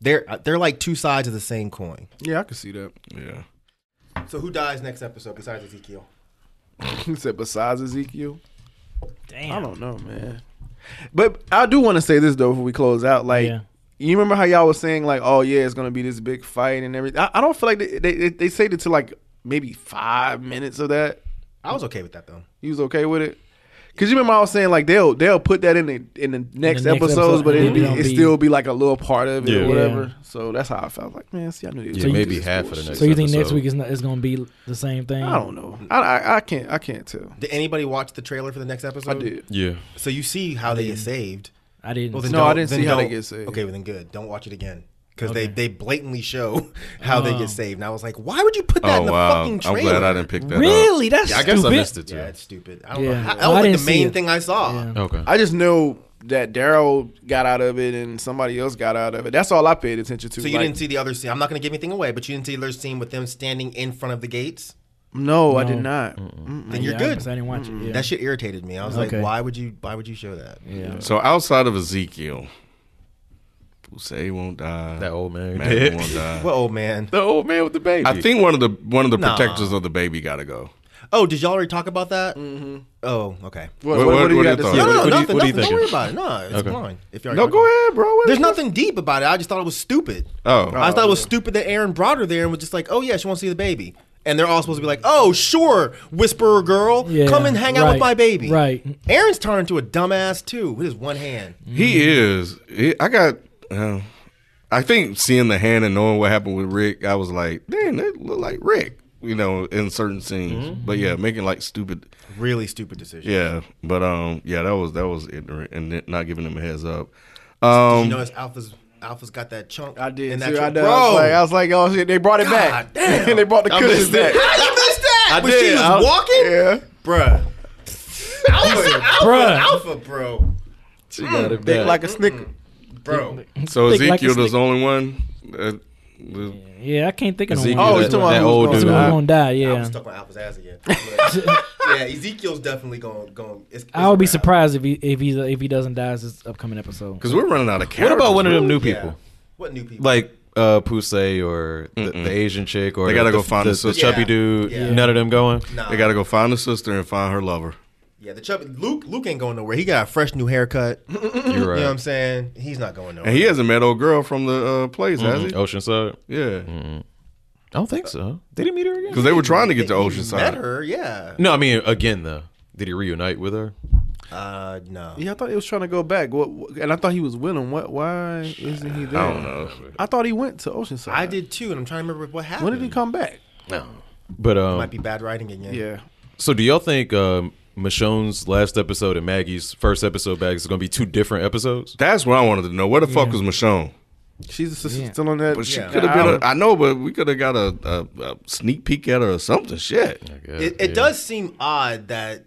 S9: They're uh, they're like two sides of the same coin.
S1: Yeah, I can see that.
S7: Yeah.
S9: So who dies next episode besides Ezekiel?
S1: He said, "Besides Ezekiel."
S6: Damn.
S1: I don't know, man. But I do want to say this though before we close out. Like,
S6: Yeah.
S1: you remember how y'all was saying like, "Oh yeah, it's gonna be this big fight and everything." I, I don't feel like they they, they, they saved it to like maybe five minutes of that.
S9: I was okay with that though.
S1: You was okay with it? Cause you remember I was saying like they'll they'll put that in the in the next,
S6: next
S1: episodes,
S6: episode,
S1: but
S6: and
S1: it'd
S6: it
S1: be,
S6: don't
S1: it
S6: be-
S1: still be like a little part of it
S8: Yeah.
S1: or whatever.
S6: Yeah.
S1: So that's how I felt. Like man, see, I knew they was
S8: Yeah,
S1: gonna do
S8: maybe
S1: this
S8: half of the
S1: bullshit.
S8: next
S6: So you think next
S8: episode.
S6: week is not, is gonna be the same thing?
S1: I don't know. I, I I can't I can't tell.
S9: Did anybody watch the trailer for the next episode?
S1: I did.
S8: Yeah.
S9: So you see how they get saved.
S6: I didn't.
S9: Well, then
S1: No, I
S9: don't-
S1: didn't
S9: then
S1: see how they
S9: don't-
S1: get saved.
S9: Okay, well then good. Don't watch it again because
S6: Okay.
S9: they they blatantly show how they
S6: Oh.
S9: get saved. And I was like, why would you put that
S7: Oh
S9: in the
S7: wow!
S9: fucking
S7: I'm
S9: trailer?
S7: glad I didn't pick that. up.
S6: really? That's
S8: I guess I
S6: stupid.
S8: missed it too.
S9: Yeah, it's stupid. I don't
S6: Yeah.
S9: know.
S6: Well,
S9: That
S6: I
S9: was like
S6: didn't
S9: the
S6: see
S9: main
S6: it.
S9: thing I saw.
S6: Yeah.
S8: Okay.
S1: I just know that Daryl got out of it and somebody else got out of it. That's all I paid attention to.
S9: So you
S1: Like,
S9: didn't see the other scene. I'm not going to give anything away, but you didn't see the other scene with them standing in front of the gates.
S1: No, I did
S6: No.
S1: not.
S9: Then you're
S6: Mm, Yeah, I,
S9: good.
S6: didn't watch it. Yeah.
S9: That shit irritated me. I was
S6: Okay.
S9: like, why would you? Why would you show that?
S7: So outside of Ezekiel, who say won't die,
S8: That old man.
S7: man
S8: dead.
S7: won't die.
S9: Well, old man.
S8: the old man with the baby.
S7: I think one of the one of the
S9: Nah.
S7: protectors of the baby got to go.
S9: Oh, did y'all already talk about that? Mm-hmm. Oh, okay.
S1: What,
S7: What-
S1: what-
S7: what-
S1: what do you
S7: what
S1: got
S7: are
S1: to
S7: your
S1: say?
S9: No, no, no,
S8: what do you-
S9: nothing.
S8: what do you
S9: nothing. Don't
S8: think?
S9: worry about it. No, it's fine. If you're
S1: No, go ahead, bro. What-
S9: There's nothing deep about it. I just thought it was stupid.
S7: Oh.
S9: I just thought it was stupid that Aaron brought her there and was just like, oh, yeah, she wants to see the baby. And they're all supposed to be like, oh, sure, whisperer girl,
S6: Yeah,
S9: come and hang out with
S6: right,
S9: my baby.
S6: right.
S9: Aaron's turned into a dumbass, too, with his one hand.
S7: He is. He- I got. Uh, I think seeing the hand and knowing what happened with Rick, I was like, damn, that look like Rick. You know, in certain scenes.
S8: Mm-hmm.
S7: But yeah, making like stupid.
S9: Really stupid decision.
S7: Yeah, but um, yeah, that was that was ignorant and then not giving him a heads up.
S9: Did
S7: Um,
S9: you notice Alpha's, Alpha's got that chunk?
S1: I did.
S9: in
S1: Too.
S9: that
S1: I,
S9: chunk?
S1: did. I was like, I was like, oh shit, they brought it
S9: God
S1: back.
S9: damn.
S1: they brought the
S8: I
S1: cushion
S8: missed that.
S1: back.
S9: How you missed that?
S8: I
S9: when she
S8: did.
S9: was
S8: I was-
S9: walking?
S1: Yeah.
S9: Bruh. Alpha,
S6: Bruh.
S9: Alpha, Alpha, bro.
S8: she got it
S1: Big
S8: back.
S1: like a snicker.
S9: Bro.
S7: so
S6: Thick like a
S7: Ezekiel was
S6: snick.
S7: the only one. Uh,
S6: Yeah, I can't think of no
S8: Ezekiel,
S6: one.
S1: Oh,
S8: that-
S1: you talking about
S8: that
S1: who was
S8: old
S1: gonna
S6: Two
S8: dude.
S1: die?
S6: gonna die.
S9: I
S6: Yeah,
S9: was stuck on Alpha's ass again. But, yeah, Ezekiel's definitely going. Going. It's, it's
S6: I would be
S9: around.
S6: surprised if he if he if he doesn't die this upcoming episode.
S7: Because we're running out of
S8: What
S7: characters.
S8: about one of them new
S9: Yeah.
S8: people?
S9: What new people?
S8: Like uh Pusey or the, the Asian chick or
S7: They gotta
S8: the,
S7: go find
S8: the,
S7: a
S8: the
S7: sister.
S8: chubby
S9: Yeah.
S8: dude.
S9: Yeah.
S8: None of them going.
S9: nah.
S7: They got to go find the sister and find her lover.
S9: yeah, the chubby Luke. Luke ain't going nowhere. He got a fresh new haircut.
S8: You're right.
S9: You know what I'm saying? He's not going nowhere.
S7: And he hasn't met old girl from the uh, place, has
S8: Mhm.
S7: he?
S8: Oceanside.
S7: Yeah.
S8: I don't think so. Did he meet her again?
S7: Because they were trying to get to
S9: Met
S7: Oceanside.
S9: her? Yeah.
S8: No, I mean again though. Did he reunite with her?
S9: Uh, no.
S1: Yeah, I thought he was trying to go back. What? what- And I thought he was winning. What? Why isn't he there?
S7: I don't know.
S1: I thought he went to Oceanside.
S9: I did too, and I'm trying to remember what happened.
S1: When did he come back?
S8: No. But um
S9: Might be bad writing again.
S1: Yeah.
S8: So do y'all think um, Michonne's last episode and Maggie's first episode back is going to be two different episodes?
S7: That's what I wanted to know. Where the fuck was Michonne?
S1: She's just
S6: Yeah.
S1: still on that.
S7: But she
S9: Yeah.
S7: could have been. A, I know, but we could have got a, a, a sneak peek at her or something. Shit.
S9: It, it does seem odd that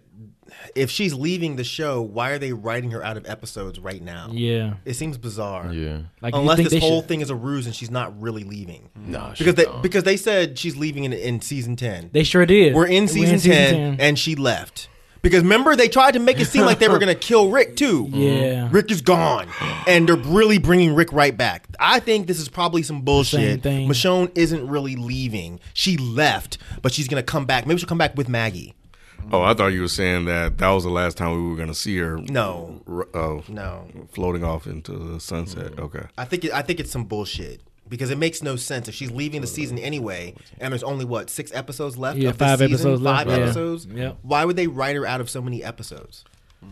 S9: if she's leaving the show, why are they writing her out of episodes right now?
S6: Yeah,
S9: It seems bizarre.
S8: Yeah.
S6: like you
S9: Unless
S6: think they
S9: this whole
S6: should-
S9: thing is a ruse and she's not really leaving.
S8: Nah,
S9: Because they, because they said she's leaving in, in season 10.
S6: they sure did.
S9: We're in season, 10, and she left. Because remember, they tried to make it seem like they were going to kill Rick too.
S6: Yeah.
S9: Rick is gone. And they're really bringing Rick right back. I think this is probably some bullshit.
S6: thing.
S9: Michonne isn't really leaving. She left, but she's going to come back. Maybe she'll come back with Maggie.
S7: Oh, I thought you were saying that that was the last time we were going to see her.
S9: No.
S7: r- Oh,
S9: No.
S7: Floating off into the sunset. Okay.
S9: I think, it, I think it's some bullshit. Because it makes no sense if she's leaving the season anyway, and there's only what six episodes left.
S6: Yeah,
S9: of this
S6: five
S9: season?
S6: episodes left,
S9: Five
S6: yeah.
S9: episodes.
S6: Yep.
S9: Why would they write her out of so many episodes?
S8: Oh.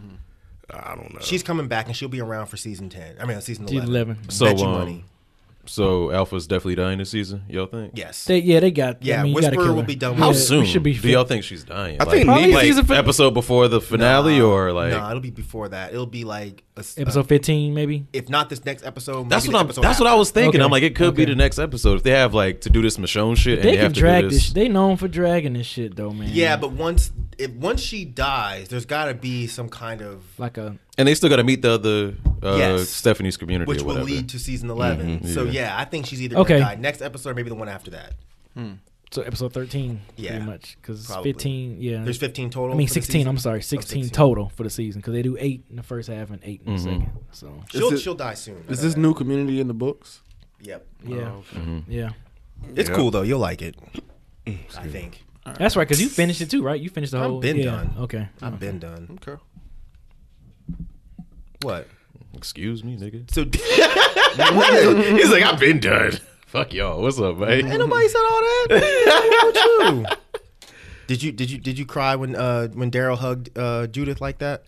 S7: I don't know.
S9: She's coming back, and she'll be around for season ten. I mean, uh, season
S6: Season
S9: eleven.
S6: 11.
S8: So,
S9: Bet you
S8: um,
S9: money.
S8: So Alpha's definitely dying this season. Y'all think?
S9: Yes.
S6: They, yeah, they got.
S9: Yeah,
S6: I mean, you gotta
S9: Whisperer
S6: kill
S9: will
S6: her.
S9: be done with
S6: Yeah,
S8: How
S9: it.
S6: we
S8: soon
S6: should be.
S8: do y'all think she's dying?
S7: I think
S8: like,
S7: Probably
S8: like,
S6: season fin-
S8: episode before the finale or like.
S9: no, it'll be before that. It'll be like a, s-
S6: episode fifteen, maybe.
S9: if not this next episode,
S8: that's
S9: maybe the
S8: what I'm.
S9: episode
S8: That's what I
S9: after.
S8: was thinking.
S6: Okay.
S8: I'm like, it could be
S6: Okay.
S8: the next episode if they have like to do this Michonne shit and
S6: They
S8: they have
S6: can
S8: to do
S6: drag
S8: this.
S6: this. They known for dragging this shit though, man.
S9: Yeah, but once if once she dies, there's got to be some kind of
S6: like a
S8: and they still got to meet the other uh,
S9: Yes.
S8: Stephanie's community
S9: which
S8: or
S9: will
S8: whatever. Mm-hmm,
S9: lead to season 11 So
S8: yeah.
S9: yeah. I think she's either
S6: Okay.
S9: gonna die next episode or maybe the one after that.
S6: so episode thirteen.
S9: Yeah,
S6: pretty much because
S9: probably.
S6: fifteen. Yeah,
S9: Mm-hmm. There's 15 total.
S6: I mean
S9: for the
S6: 16. I'm
S9: season?
S6: sorry,
S9: Oh,
S6: 16, total for the season because they do eight in the first half and eight in the second. So
S9: She'll
S1: Is it-
S9: she'll die soon. I
S1: Is
S9: know
S1: this
S9: that.
S1: new community in the books?
S9: Yep.
S6: yeah, yeah.
S9: It's cool though. You'll like it. Mm-hmm. I think.
S6: That's right because you finished it too, right? You finished the
S9: I've
S6: whole.
S9: been
S6: yeah,
S9: done.
S6: Okay.
S9: I've been done.
S1: Okay.
S9: What?
S8: Excuse me, nigga.
S9: So
S8: He's like, I've been done. Fuck y'all. What's up, mate?
S9: nobody said all that. What you? Did you did you did you cry when uh when Daryl hugged uh Judith like that?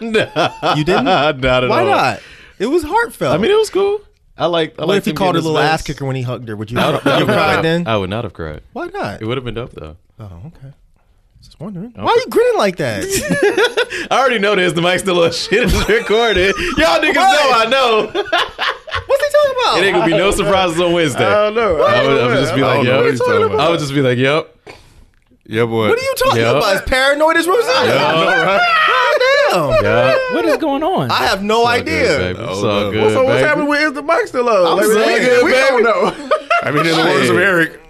S9: You didn't?
S8: not at
S9: Why
S8: all.
S9: not? It was heartfelt.
S8: I mean, it was cool. I like. I
S9: what
S8: like
S9: if he called her little ass kicker when he hugged her? Would you, would you
S8: I,
S9: cry then?
S8: would not have cried.
S9: Why not?
S8: It would have been dope though.
S9: Oh, okay. Just wondering. Why are you grinning like that?
S8: I already know this. The mic's still on shit is recorded. Y'all niggas know I know.
S9: What's he talking about?
S8: It ain't gonna be no surprises on Wednesday. I
S7: don't know.
S8: I would, I would just be
S7: I
S8: like,
S7: don't know what
S8: yep.
S7: he's talking about.
S8: I would just be like, yep.
S7: yeah, boy.
S9: What are you talking
S8: Yeah.
S9: about? It's paranoid as Rosetta. Goddamn.
S8: Yeah.
S6: What is going on?
S9: I have no idea.
S8: It's all good.
S1: So what's
S8: baby.
S1: happening with is the mic still on?
S9: I'm
S1: Like,
S9: saying,
S1: we-
S9: good,
S1: we don't
S9: baby.
S1: know.
S7: I mean, in the words of Eric,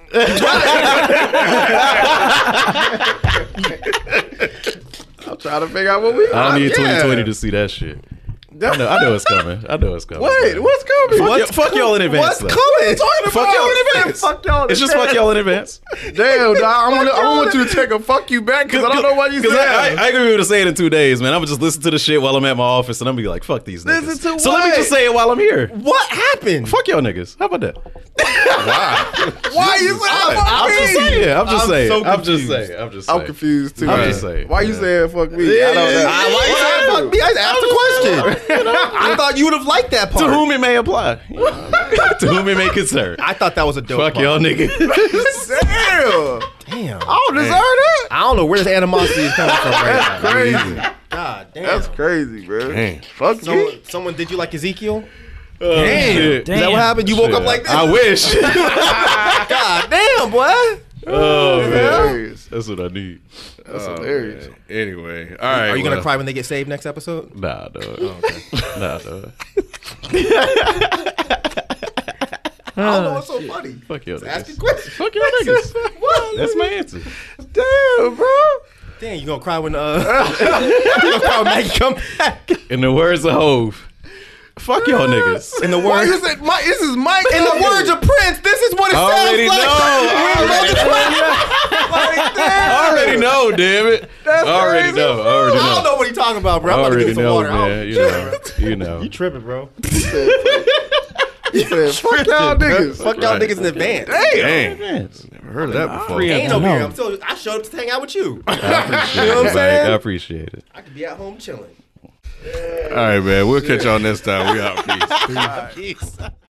S1: I'm trying to figure out what we.
S8: I don't need
S1: yeah.
S8: 2020 to see that shit. I know, I know it's coming. I know it's coming.
S1: Wait, what's coming?
S8: Fuck, y'all- fuck y'all in advance.
S9: What's
S8: though.
S9: coming? Talking
S8: Fuck y'all in advance.
S1: Fuck y'all in
S8: It's just fuck
S1: advance.
S8: y'all in advance.
S1: Damn, dog. I want I want you to take a fuck you back because I don't know why you said.
S8: Because I,
S1: that.
S8: I, I ain't gonna be able to say it in two days, man. I'm gonna just listen to the shit while I'm at my office, and I'm gonna be like, "Fuck these niggas."
S1: Listen to
S8: so let me
S1: what?
S8: just say it while I'm here.
S9: What happened?
S8: Fuck y'all niggas. How about that?
S1: Why you said
S8: I'm just saying. I'm just
S9: I'm
S8: saying.
S9: so
S8: I'm just
S9: confused.
S8: saying. I'm just saying.
S1: I'm confused too.
S8: I'm
S1: man.
S8: just saying.
S1: Why you
S8: Yeah.
S1: saying fuck me? I don't know.
S8: Yeah.
S9: I, Ah, why you saying fuck me? I just asked a question. I thought you would have liked that part.
S8: To whom it may apply. to whom it may concern.
S9: I thought that was a dope.
S8: Fuck
S9: part.
S8: y'all niggas.
S1: Damn.
S9: Damn.
S1: I don't deserve that.
S9: I don't know where this animosity is coming from right now.
S1: Crazy.
S9: God damn.
S1: That's crazy, bro.
S7: Damn.
S1: Fuck
S9: Someone,
S1: me.
S9: someone did you like Ezekiel?
S8: Damn.
S9: Is that what happened? You woke up like this?
S8: Oh, I wish.
S9: God damn, boy.
S8: oh man.
S1: Hilarious.
S8: That's what I need.
S1: That's hilarious.
S7: Anyway, all right.
S9: Are you gonna Oh,
S7: well,
S9: cry when they get saved next episode?
S8: Nah, dog. Nah, dog.
S9: don't know what's so funny.
S8: Fuck y'all
S9: Just Asking
S8: niggas.
S9: questions.
S8: Fuck y'all niggas.
S9: What?
S7: That's my answer.
S9: Damn, bro. Damn, you gonna cry when uh, you gonna cry when Maggie come back?
S8: In the words of Hove, fuck y'all niggas.
S9: In the
S1: Why
S9: words,
S1: is it? My, this is Mike.
S9: in the words of Prince, this is what it
S8: Already
S9: sounds like.
S8: know.
S9: When
S8: Already
S9: Megan-
S8: I already know, damn it. already know. Already
S9: I don't
S8: know.
S9: know what he's talking about, bro. I'm about to
S8: Already
S9: get some
S8: know,
S9: water. Oh, I
S8: man.
S9: don't-
S8: You know. You know.
S9: You tripping, bro?
S1: Fuck y'all niggas.
S9: Fuck y'all
S8: Right.
S9: niggas in advance.
S7: Damn. Never heard of that before.
S9: Ain't over
S6: No.
S9: here. I'm telling you, I showed up to hang out with you.
S8: You know
S9: what I'm saying?
S8: I appreciate it.
S9: I could be at home chilling.
S7: All right, man. We'll catch y'all next time. We out. Peace.